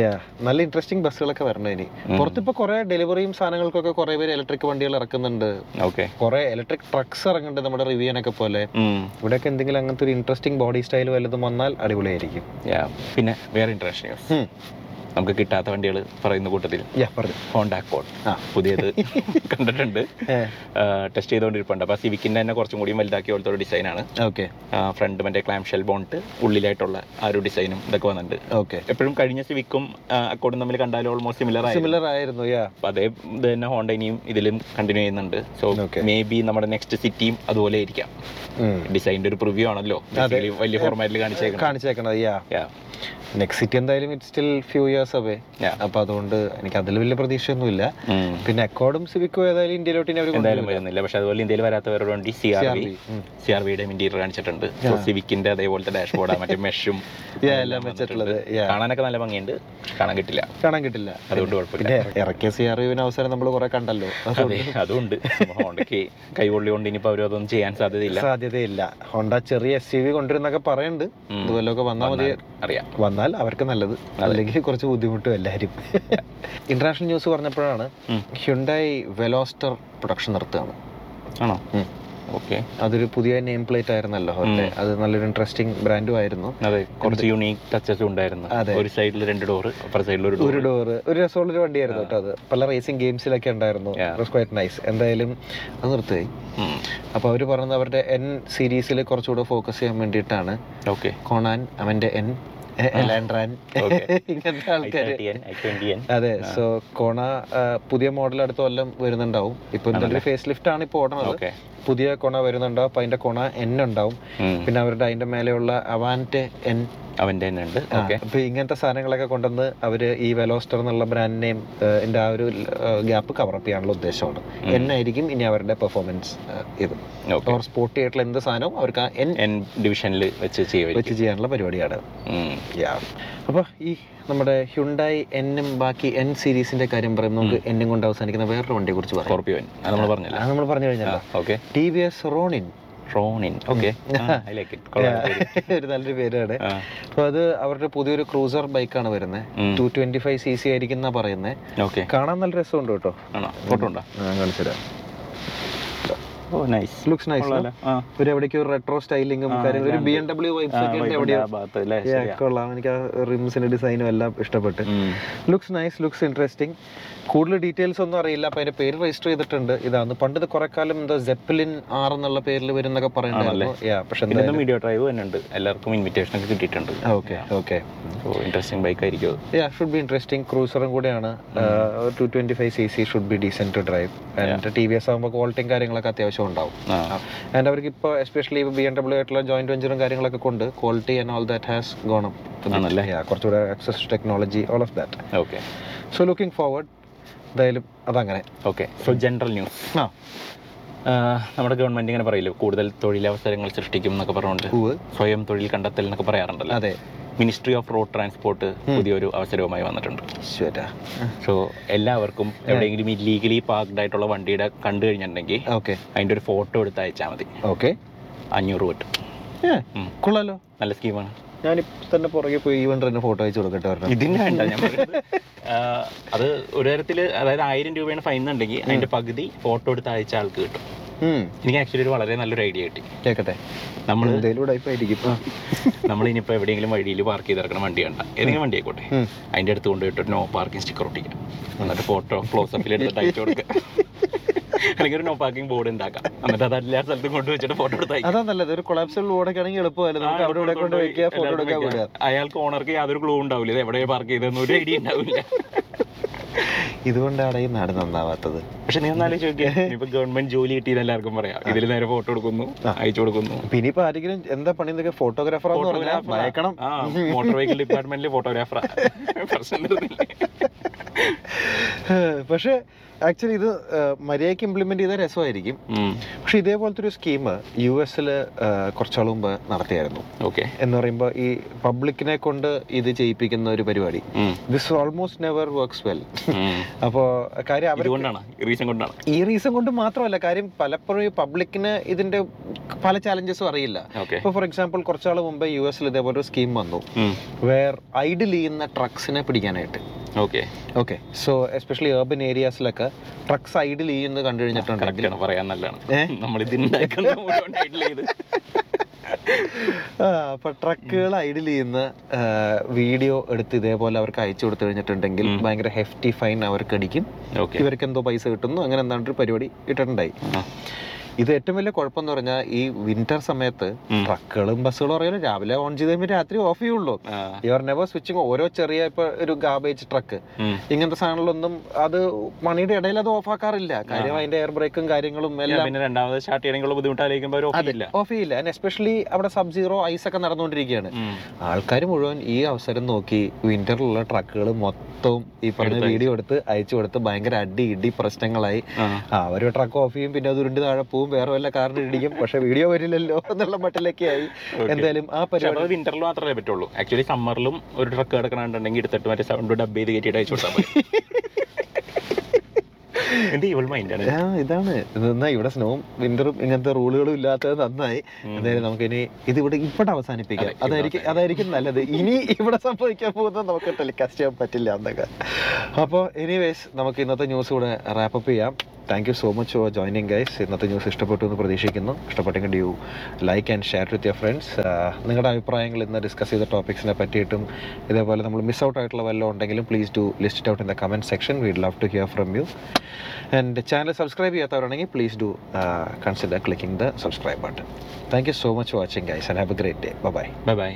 Speaker 1: Yeah. നല്ല ഇൻട്രസ്റ്റിംഗ് ബസ്സുകളൊക്കെ വരണം ഇനി പുറത്തിപ്പോ കുറെ ഡെലിവറിയും സാധനങ്ങൾക്കൊക്കെ കുറെ പേര് ഇലക്ട്രിക് വണ്ടികൾ ഇറക്കുന്നുണ്ട്
Speaker 2: ഓക്കെ
Speaker 1: കുറെ ഇലക്ട്രിക് ട്രക്സ് ഇറങ്ങുന്നുണ്ട് നമ്മുടെ റിവ്യൂനൊക്കെ പോലെ ഇവിടെയൊക്കെ എന്തെങ്കിലും അങ്ങനത്തെ ഒരു ഇൻട്രസ്റ്റിംഗ് ബോഡി സ്റ്റൈൽ വല്ലതും വന്നാൽ അടിപൊളിയായിരിക്കും
Speaker 2: പിന്നെ വേറെ ഇൻട്രസ്റ്റ് ന്യൂസ്
Speaker 1: ഉം.
Speaker 2: നമുക്ക് കിട്ടാത്ത വണ്ടികൾ പറയുന്ന കൂട്ടത്തിൽ
Speaker 1: Yeah, പറഞ്ഞു
Speaker 2: ഹോണ്ട അക്കോഡ്
Speaker 1: ആ.
Speaker 2: പുതിയത് കണ്ടിട്ടുണ്ട്
Speaker 1: ഏ,
Speaker 2: ടെസ്റ്റ് ചെയ്തുകൊണ്ടിരിപ്പുണ്ട് അപ്പോൾ സിവിക്കിൻ്റെ തന്നെ കുറച്ചും കൂടി വലുതാക്കിയ പോലത്തെ ഒരു ഡിസൈനാണ്
Speaker 1: okay,
Speaker 2: ഫ്രണ്ട് മറ്റേ ക്ലാം ഷെൽ ബോണ്ട് ഉള്ളിലായിട്ടുള്ള ആ ഒരു ഡിസൈനും ഇതൊക്കെ വന്നിട്ടുണ്ട്
Speaker 1: okay.
Speaker 2: എപ്പോഴും കഴിഞ്ഞ സിവിക്കും അക്കോഡും തമ്മിൽ കണ്ടാലും ഓൾമോസ്റ്റ് സിമിലർ ആയിരുന്നു
Speaker 1: Similar ആയിരുന്നു യാ
Speaker 2: അപ്പൊ അതേ ഇത് തന്നെ ഹോണ്ട ഇനിയും ഇതിലും കണ്ടിന്യൂ ചെയ്യുന്നുണ്ട് സോ
Speaker 1: Okay.
Speaker 2: മേ ബി നമ്മുടെ നെക്സ്റ്റ് സിറ്റിയും അതുപോലെ ഇരിക്കാം ഡിസൈൻ്റെ ഒരു പ്രിവ്യൂ ആണല്ലോ Basically വലിയ ഫോർമാറ്റിൽ കാണിച്ചേക്കാം
Speaker 1: കാണിച്ചേക്കണത് യാ നെക്സ്റ്റ് സിറ്റി എന്തായാലും it still few years away
Speaker 2: Yeah.
Speaker 1: അപ്പൊ അതുകൊണ്ട് എനിക്ക് അതിൽ വലിയ പ്രതീക്ഷയൊന്നുമില്ല പിന്നെ അക്കോർഡും സിവിക്കും ഏതായാലും ഇന്ത്യയിലോട്ട് ഇനി അവർ
Speaker 2: എന്തായാലും വരുന്നില്ല പക്ഷെ അതുപോലെ ഇന്ത്യയിൽ വരാത്ത വേറൊരു വണ്ടി C R V C R വിയുടെ ഇന്റീരിയർ കാണിച്ചിട്ടുണ്ട് സോ സിവിക്കിന്റെ അതേപോലത്തെ ഡാഷ്ബോർഡാണ് മറ്റേ മെഷും
Speaker 1: എല്ലാം വെച്ചിട്ടുള്ളത് yeah.
Speaker 2: കാണാനൊക്കെ നല്ല ഭംഗിയുണ്ട് കാണാൻ കിട്ടില്ല
Speaker 1: കാണാൻ കിട്ടില്ല
Speaker 2: അതുകൊണ്ട് കുഴപ്പമില്ല
Speaker 1: പിന്നെ ഇറക്കിയ സി ആർ യുവിന് അവസരം നമ്മൾ കുറെ കണ്ടല്ലോ അത്
Speaker 2: അതെ അതുകൊണ്ട് ഹോണ്ടയ്ക്ക് കൈകൊള്ളി കൊണ്ട് ഇനിയിപ്പോ അവരും അതൊന്നും ചെയ്യാൻ സാധ്യതയില്ല
Speaker 1: സാധ്യതയില്ല ഹോണ്ട ചെറിയ എസ് യു വി കൊണ്ടുവരുന്നൊക്കെ പറയുന്നുണ്ട്
Speaker 2: ഉം.
Speaker 1: ഇതുപോലൊക്കെ വന്നാൽ മതി
Speaker 2: അറിയാം
Speaker 1: വന്നാൽ അവർക്ക് നല്ലത് അല്ലെങ്കിൽ കുറച്ച് ബുദ്ധിമുട്ടും എല്ലാവരും ഇന്റർനാഷണൽ ന്യൂസ് പറഞ്ഞപ്പോഴാണ്
Speaker 2: ഉം.
Speaker 1: ഹ്യുണ്ടായി വെലോസ്റ്റർ പ്രൊഡക്ഷൻ നിർത്തുകയാണ്
Speaker 2: ആണോ
Speaker 1: ഉം.
Speaker 2: ഓക്കെ
Speaker 1: അതൊരു പുതിയ നെയിം പ്ലേറ്റ് ആയിരുന്നല്ലോ അവരുടെ അത് നല്ലൊരു ഇൻട്രസ്റ്റിംഗ് ബ്രാൻഡും ആയിരുന്നു
Speaker 2: അതെ കുറച്ച് യുണീക് ടച്ചസ് ഉണ്ടായിരുന്നു
Speaker 1: അതെ.
Speaker 2: ഒരു സൈഡിൽ രണ്ട് ഡോറ് അപ്പുറ സൈഡിൽ ഒരു ഡോർ
Speaker 1: ഒരു ഡോറ് ഒരു രസമുള്ളൊരു വണ്ടിയായിരുന്നു കേട്ടോ അത് പല റേസിംഗ് ഗെയിംസിലൊക്കെ ഉണ്ടായിരുന്നു
Speaker 2: Yeah.
Speaker 1: ക്വൈറ്റ് നൈസ് എന്തായാലും അത് നിർത്തി അപ്പോൾ അവർ പറയുന്നത് അവരുടെ എൻ സീരീസിൽ കുറച്ചുകൂടെ ഫോക്കസ് ചെയ്യാൻ വേണ്ടിയിട്ടാണ്
Speaker 2: ഓക്കെ
Speaker 1: കൊണാൻ അവൻ്റെ എൻ എലാൻഡ്രാൻ
Speaker 2: Okay.
Speaker 1: ഇങ്ങനത്തെ ആൾക്കാർ അതെ സോ കോണ ആ, പുതിയ മോഡൽ അടുത്ത കൊല്ലം വരുന്നുണ്ടാവും ഇപ്പൊ എന്തെങ്കിലും ഫേസ് ലിഫ്റ്റ് ആണ് ഇപ്പോൾ ഓടണത്
Speaker 2: ഓക്കെ
Speaker 1: പുതിയ കൊണ വരുന്നുണ്ടാവും അപ്പൊ അതിന്റെ കൊണ എൻ ഉണ്ടാവും പിന്നെ അവരുടെ അതിന്റെ മേലെയുള്ള അവാൻറ്റെ എൻ
Speaker 2: അവന്റെ തന്നെ ഉണ്ട് ഓക്കെ
Speaker 1: അപ്പൊ ഇങ്ങനത്തെ സാധനങ്ങളൊക്കെ കൊണ്ടുവന്ന് അവര് ഈ വെലോസ്റ്റർ എന്നുള്ള ബ്രാൻഡ് നെയിം എന്റെ ആ ഒരു ഗ്യാപ്പ് കവറപ്പ് ചെയ്യാനുള്ള ഉദ്ദേശമാണ് എൻ ആയിരിക്കും ഇനി അവരുടെ പെർഫോമൻസ് ഇത്
Speaker 2: ഓക്കെ
Speaker 1: ഓർ സ്പോർട്ടി ആയിട്ടുള്ള എന്ത് സാധനവും അവർക്ക് ആ എൻ
Speaker 2: എൻ ഡിവിഷനിൽ വെച്ച് ചെയ്യുമായിരിക്കും
Speaker 1: വെച്ച് ചെയ്യാനുള്ള പരിപാടിയാണ്
Speaker 2: ഉം.
Speaker 1: അപ്പോൾ ഈ നമ്മുടെ ഹ്യുണ്ടായി എന്നും ബാക്കി എൻ സീരീസിന്റെ കാര്യം പറയുമ്പോൾ നമുക്ക് എന്നും കൊണ്ട് അവസാനിക്കുന്ന വേറൊരു വണ്ടിയെ കുറിച്ച് പറയാം
Speaker 2: സ്കോർപിയോൻ അത് നമ്മൾ പറഞ്ഞില്ല
Speaker 1: അത് നമ്മൾ പറഞ്ഞു കഴിഞ്ഞല്ലോ
Speaker 2: okay
Speaker 1: T V S Ronin
Speaker 2: Ronin okay I like it കൊള്ളാം പേര്.
Speaker 1: ഒരു നല്ലൊരു പേരാണ്
Speaker 2: ആ.
Speaker 1: അപ്പോൾ അത് അവരുടെ പുതിയൊരു ക്രൂസർ ബൈക്കാണ് വരുന്നത്
Speaker 2: ഉം.
Speaker 1: Two twenty five C C ആയിരിക്കുന്ന പറയുന്നത്
Speaker 2: ഓക്കെ
Speaker 1: കാണാൻ നല്ല രസമുണ്ട് കേട്ടോ
Speaker 2: ആണോ ഫോട്ടോ ഉണ്ടോ
Speaker 1: ഞാൻ കാണിച്ചു തരാം
Speaker 2: ഓ നൈസ്
Speaker 1: ലുക്സ് നൈസ് ഒരു എവിടേക്ക് ഒരു റെട്രോ സ്റ്റൈലിങ്ങും കാര്യങ്ങളും ഒരു ബി എം ഡബ്ല്യു വൈബ്സ് ഒക്കെ ഉണ്ട് എവിടെയോ Yeah, കൊള്ളാം എനിക്ക് ആ റിംസിന്റെ ഡിസൈനും എല്ലാം ഇഷ്ടപ്പെട്ട് ലുക്സ് നൈസ് ലുക്സ് ഇൻട്രസ്റ്റിംഗ് കൂടുതൽ ഡീറ്റെയിൽസ് ഒന്നും അറിയില്ല അപ്പൊ അതിന്റെ പേര് രജിസ്റ്റർ ചെയ്തിട്ടുണ്ട് ഇതാണ് പണ്ട് ഇത് കുറെ കാലം എന്താ ജെപ്പലിൻ ആർ എന്നുള്ള പേരിൽ വരുന്നൊക്കെ പറയുന്നുണ്ടായിരുന്നു Yeah, പക്ഷെ എന്താ
Speaker 2: ഇന്നും വീഡിയോ ഡ്രൈവ് തന്നെ ഉണ്ട് എല്ലാവർക്കും ഇൻവിറ്റേഷൻ ഒക്കെ കിട്ടിയിട്ടുണ്ട്
Speaker 1: ഓക്കെ ഓക്കെ
Speaker 2: ഇൻട്രസ്റ്റിംഗ് ബൈക്ക് ആയിരിക്കും അത്.
Speaker 1: യാ ഷുഡ് ബി ഇൻട്രസ്റ്റിംഗ് ക്രൂസറും കൂടെയാണ് two twenty five C C should be decent to drive and T V S ആകുമ്പോൾ ക്വാളിറ്റിയും കാര്യങ്ങളൊക്കെ അത്യാവശ്യം ഉണ്ടാവും
Speaker 2: ആ.
Speaker 1: ആൻഡ് അവർക്ക് ഇപ്പോൾ എസ്പെഷ്യലി ബി എം ഡബ്ല്യു ആയിട്ടുള്ള ജോയിന്റ് വെഞ്ചറും കാര്യങ്ങളൊക്കെ കൊണ്ട് quality and all that has ഗോണം
Speaker 2: ആണല്ലേ
Speaker 1: കുറച്ചുകൂടെ access technology all of that
Speaker 2: okay
Speaker 1: so looking forward എന്തായാലും അതങ്ങനെ
Speaker 2: ഓക്കെ സോ ജനറൽ ന്യൂസ്
Speaker 1: ആ
Speaker 2: നമ്മുടെ ഗവൺമെന്റ് ഇങ്ങനെ പറയില്ലേ കൂടുതൽ തൊഴിലവസരങ്ങൾ സൃഷ്ടിക്കും എന്നൊക്കെ പറഞ്ഞുകൊണ്ട്
Speaker 1: ഉവ്വ്.
Speaker 2: സ്വയം തൊഴിൽ കണ്ടെത്തൽ എന്നൊക്കെ പറയാറുണ്ടല്ലോ
Speaker 1: അതെ
Speaker 2: മിനിസ്ട്രി ഓഫ് റോഡ് ട്രാൻസ്പോർട്ട് പുതിയൊരു അവസരവുമായി വന്നിട്ടുണ്ട്
Speaker 1: ഈശ്വര
Speaker 2: സോ എല്ലാവർക്കും എവിടെയെങ്കിലും ഇല്ലീഗലി പാർക്ഡ് ആയിട്ടുള്ള വണ്ടിയുടെ കണ്ടു കഴിഞ്ഞിട്ടുണ്ടെങ്കിൽ
Speaker 1: ഓക്കെ
Speaker 2: അതിൻ്റെ ഒരു ഫോട്ടോ എടുത്ത് അയച്ചാൽ മതി
Speaker 1: ഓക്കെ
Speaker 2: അഞ്ഞൂറ് രൂപ കിട്ടും ഉം.
Speaker 1: കൊള്ളാലോ
Speaker 2: നല്ല സ്കീമാണ്
Speaker 1: ഞാനിപ്പോ തന്നെ പുറകെ പോയി ഈ വണ്ടറിന് ഫോട്ടോ അയച്ചു കൊടുക്കട്ടെ ഒരെണ്ണം.
Speaker 2: ഇതിന് വേണ്ട ഞാൻ പറയുന്നത് ആ, അത് ഒരു തരത്തിൽ അതായത് ആയിരം രൂപയാണ് ഫൈൻ എന്നുണ്ടെങ്കിൽ അതിന്റെ പകുതി ഫോട്ടോ എടുത്ത് അയച്ച ആൾക്ക് കിട്ടും
Speaker 1: ഉം
Speaker 2: എനിക്ക് ആക്ച്വലി ഒരു വളരെ നല്ലൊരു ഐഡിയ കിട്ടി
Speaker 1: കേക്കട്ടെ
Speaker 2: നമ്മൾ
Speaker 1: എന്തേലും ഉടായ്പായിരിക്കും ആ.
Speaker 2: നമ്മൾ ഇനിയിപ്പോൾ എവിടെയെങ്കിലും വഴിയിൽ പാർക്ക് ചെയ്തിറക്കണ വണ്ടി കണ്ട ഏതെങ്കിലും വണ്ടി ആയിക്കോട്ടെ
Speaker 1: ഉം.
Speaker 2: അതിന്റെ അടുത്ത് കൊണ്ടുപോയിട്ട് ഒരു നോ പാർക്കിംഗ് സ്റ്റിക്കർ ഒട്ടിക്കാം എന്നിട്ട് ഫോട്ടോ ക്ലോസ് അപ്പിൽ എടുത്തിട്ട് അയച്ചു കൊടുക്കുക അല്ലെങ്കിൽ ഒരു നോ പാർക്കിംഗ് ബോർഡ് ഉണ്ടാക്കാം എന്നിട്ട് അത് എല്ലാ സ്ഥലത്തും കൊണ്ടുവച്ചിട്ട് ഫോട്ടോ എടുത്ത് അയക്കാം.
Speaker 1: അതാ നല്ലത് ഒരു കൊളാപ്സിബിൾ ബോർഡൊക്കെ ആണെങ്കിൽ എളുപ്പമല്ലേ നമുക്ക് അവിടെ ഇവിടെ കൊണ്ട് വെക്കുക ഫോട്ടോ എടുക്കാൻ
Speaker 2: എല്ലായിടത്തും
Speaker 1: വിടുക
Speaker 2: വെക്കാം. അയാൾക്ക് ഓണർക്ക് യാതൊരു ക്ലൂ ഉണ്ടാവില്ല ഇത് എവിടെയാണ് പാർക്ക് ചെയ്തതെന്ന് ഒരു ഐഡിയ ഉണ്ടാവില്ല
Speaker 1: ഇതുകൊണ്ടാണ് ഈ നാട് നന്നാവാത്തത്
Speaker 2: പക്ഷെ നീ ഒന്നാലും ചോദിക്കുക ഇപ്പൊ ഗവൺമെന്റ് ജോലി കിട്ടിയെന്ന് എല്ലാവർക്കും പറയാം ഇതിൽ നേരെ ഫോട്ടോ എടുക്കുന്നു അയച്ചു കൊടുക്കുന്നു
Speaker 1: പിന്നെ ഇപ്പൊ ആരെങ്കിലും എന്താ പണി എന്നൊക്കെ ഫോട്ടോഗ്രാഫർ എന്ന് പറഞ്ഞാൽ ഭയക്കണം
Speaker 2: ആ മോട്ടോർ വെഹിക്കിൾ ഡിപ്പാർട്ട്മെന്റിലെ ഫോട്ടോഗ്രാഫറാ പ്രശ്നം തീർന്നില്ലേ?
Speaker 1: പക്ഷെ ആക്ച്വലി ഇത് ആ, മര്യാദയ്ക്ക് ഇംപ്ലിമെന്റ് ചെയ്ത രസമായിരിക്കും
Speaker 2: ഉം.
Speaker 1: പക്ഷെ ഇതേപോലത്തെ ഒരു സ്കീം യു എസിൽ കുറച്ചാൾ മുമ്പ് നടത്തിയായിരുന്നു
Speaker 2: ഓക്കെ
Speaker 1: എന്ന് പറയുമ്പോൾ ഈ പബ്ലിക്കിനെ കൊണ്ട് ഇത് ചെയ്യിപ്പിക്കുന്ന ഒരു പരിപാടി
Speaker 2: ഉം.
Speaker 1: This almost never works well
Speaker 2: ഉം.
Speaker 1: അപ്പോൾ കാര്യം അവർ
Speaker 2: ഇതുകൊണ്ടാണ് റീസൺ കൊണ്ടാണ്
Speaker 1: ഈ റീസൺ കൊണ്ട് മാത്രമല്ല കാര്യം പലപ്പോഴും ഈ പബ്ലിക്കിന് ഇതിന്റെ പല ചാലഞ്ചസും അറിയില്ല
Speaker 2: ഓക്കെ
Speaker 1: ഇപ്പോൾ ഫോർ എക്സാമ്പിൾ കുറച്ചാൾ മുമ്പ് യു എസിൽ ഇതേപോലെ ഒരു സ്കീം വന്നു വേർ ഐഡിൽ ചെയ്യുന്ന ട്രക്സിനെ പിടിക്കാനായിട്ട്
Speaker 2: okay
Speaker 1: okay so especially urban ഏരിയാസിലൊക്കെ ട്രക്ക് സൈഡിൽ ഈ എന്ന് കണ്ടു കഴിഞ്ഞിട്ടുണ്ടെങ്കിൽ
Speaker 2: കറക്റ്റാണ് പറയാൻ നല്ലതാണ്
Speaker 1: ഏ?
Speaker 2: നമ്മൾ ഇത് ഉണ്ടാക്കുന്ന മുഴുവൻ title ചെയ്ത്
Speaker 1: ആ, അപ്പൊ ട്രക്കുകൾ ഐഡിൽ ചെയ്യുന്ന വീഡിയോ എടുത്ത് ഇതേപോലെ അവർക്ക് അയച്ചു കൊടുത്തു കഴിഞ്ഞിട്ടുണ്ടെങ്കിൽ
Speaker 2: ഉം.
Speaker 1: ഭയങ്കര ഹെഫ്റ്റി ഫൈൻ അവർക്ക് അടിക്കും
Speaker 2: ഓക്കെ
Speaker 1: ഇവർക്ക് എന്തോ പൈസ കിട്ടുന്നു അങ്ങനെ എന്താണ് ഒരു പരിപാടി ഇട്ടിട്ടുണ്ടായി ഇത് ഏറ്റവും വലിയ കുഴപ്പം എന്ന് പറഞ്ഞാൽ ഈ വിന്റർ സമയത്ത്
Speaker 2: ഉം.
Speaker 1: ട്രക്കുകളും ബസ്സുകളും അറിയാലോ രാവിലെ ഓൺ ചെയ്ത് കഴിയുമ്പോൾ രാത്രി ഓഫ് ചെയ്യുള്ളൂ യുവർ നെവർ സ്വിച്ചിങ് ഓരോ ചെറിയ ഇപ്പൊ ഒരു ഗാബേജ് ട്രക്ക് ഇങ്ങനത്തെ സാധനങ്ങളൊന്നും അത് മണിയുടെ ഇടയിൽ അത് ഓഫ് ആക്കാറില്ല കാര്യം അതിന്റെ എയർ ബ്രേക്കും കാര്യങ്ങളും എല്ലാം
Speaker 2: പിന്നെ രണ്ടാമത് സ്റ്റാർട്ട് ചെയ്യണമെങ്കിൽ ബുദ്ധിമുട്ട് ആലോചിക്കുമ്പോൾ ഒരു
Speaker 1: അതെ
Speaker 2: ഓഫില്ല
Speaker 1: ഓഫ് ചെയ്യില്ല എസ്പെഷ്യലി അവിടെ സബ് സീറോ ഐസ് ഒക്കെ നടന്നുകൊണ്ടിരിക്കുകയാണ് ആൾക്കാർ മുഴുവൻ ഈ അവസരം നോക്കി വിന്ററിലുള്ള ട്രക്കുകൾ മൊത്തവും ഈ പറഞ്ഞ
Speaker 2: എടുത്ത്
Speaker 1: വീഡിയോ എടുത്ത് അയച്ചു കൊടുത്ത് ഭയങ്കര അടി ഇടി പ്രശ്നങ്ങളായി ആ ഒരു ട്രക്ക് ഓഫ് ചെയ്യും പിന്നെ അത് ഉരുണ്ട് താഴെ പോവും വേറെ വല്ല കാറിന് ഇടിക്കും പക്ഷെ വീഡിയോ വരില്ലല്ലോ എന്നുള്ള മട്ടിലൊക്കെ ആയി എന്തായാലും ആ
Speaker 2: പക്ഷെ
Speaker 1: പരിപാടി
Speaker 2: അത് വിന്ററിൽ മാത്രമേ പറ്റുള്ളൂ ആക്ച്വലി സമ്മറിലും ഒരു ട്രക്ക് കിടക്കണുണ്ടെങ്കിൽ എടുത്തിട്ട് മറ്റേ സൗണ്ട് ഡബ് ചെയ്ത് കയറ്റിയിട്ട് അയച്ചു കൊടുത്താൽ മതി എന്ത് ഇവൾ മൈൻഡാണ്
Speaker 1: ആ, ഇതാണ് ഇത് നന്നായി ഇവിടെ സ്നോവും വിന്ററും ഇങ്ങനത്തെ റൂളുകളും ഇല്ലാത്തത് നന്നായി എന്തായാലും നമുക്ക് ഇനി ഇത് ഇവിടെ ഇവിടെ
Speaker 2: അതെ,
Speaker 1: അവസാനിപ്പിക്കാം
Speaker 2: ഇവിടെ
Speaker 1: അതായിരിക്കും അതായിരിക്കും നല്ലത് ഇനി ഇവിടെ സംഭവിക്കാൻ പോകുന്നത് നമുക്ക് ടെലികാസ്റ്റ് ചെയ്യാൻ പറ്റില്ല എന്നൊക്കെ അപ്പോൾ എനിവേസ് നമുക്ക് ഇന്നത്തെ ന്യൂസ് ഇവിടെ റാപ്പപ്പ് ചെയ്യാം thank you so much for joining guys ഇന്നത്തെ ന്യൂസ് ഇഷ്ടപ്പെട്ടു എന്ന് പ്രതീക്ഷിക്കുന്നു ഇഷ്ടപ്പെട്ടെങ്കിൽ do like and share with your friends നിങ്ങളുടെ അഭിപ്രായങ്ങൾ ഇന്ന് ഡിസ്കസ് ചെയ്ത ടോപ്പിക്സിനെ പറ്റിയിട്ടും ഇതേപോലെ നമ്മൾ മിസ് ഔട്ട് ആയിട്ടുള്ള വല്ലതും ഉണ്ടെങ്കിലും please do list out in the comment section we'd love to hear from you and channel subscribe ചെയ്യാത്തവരാണെങ്കിൽ please do consider clicking the subscribe button thank you so much watching guys and have a great day bye
Speaker 2: bye by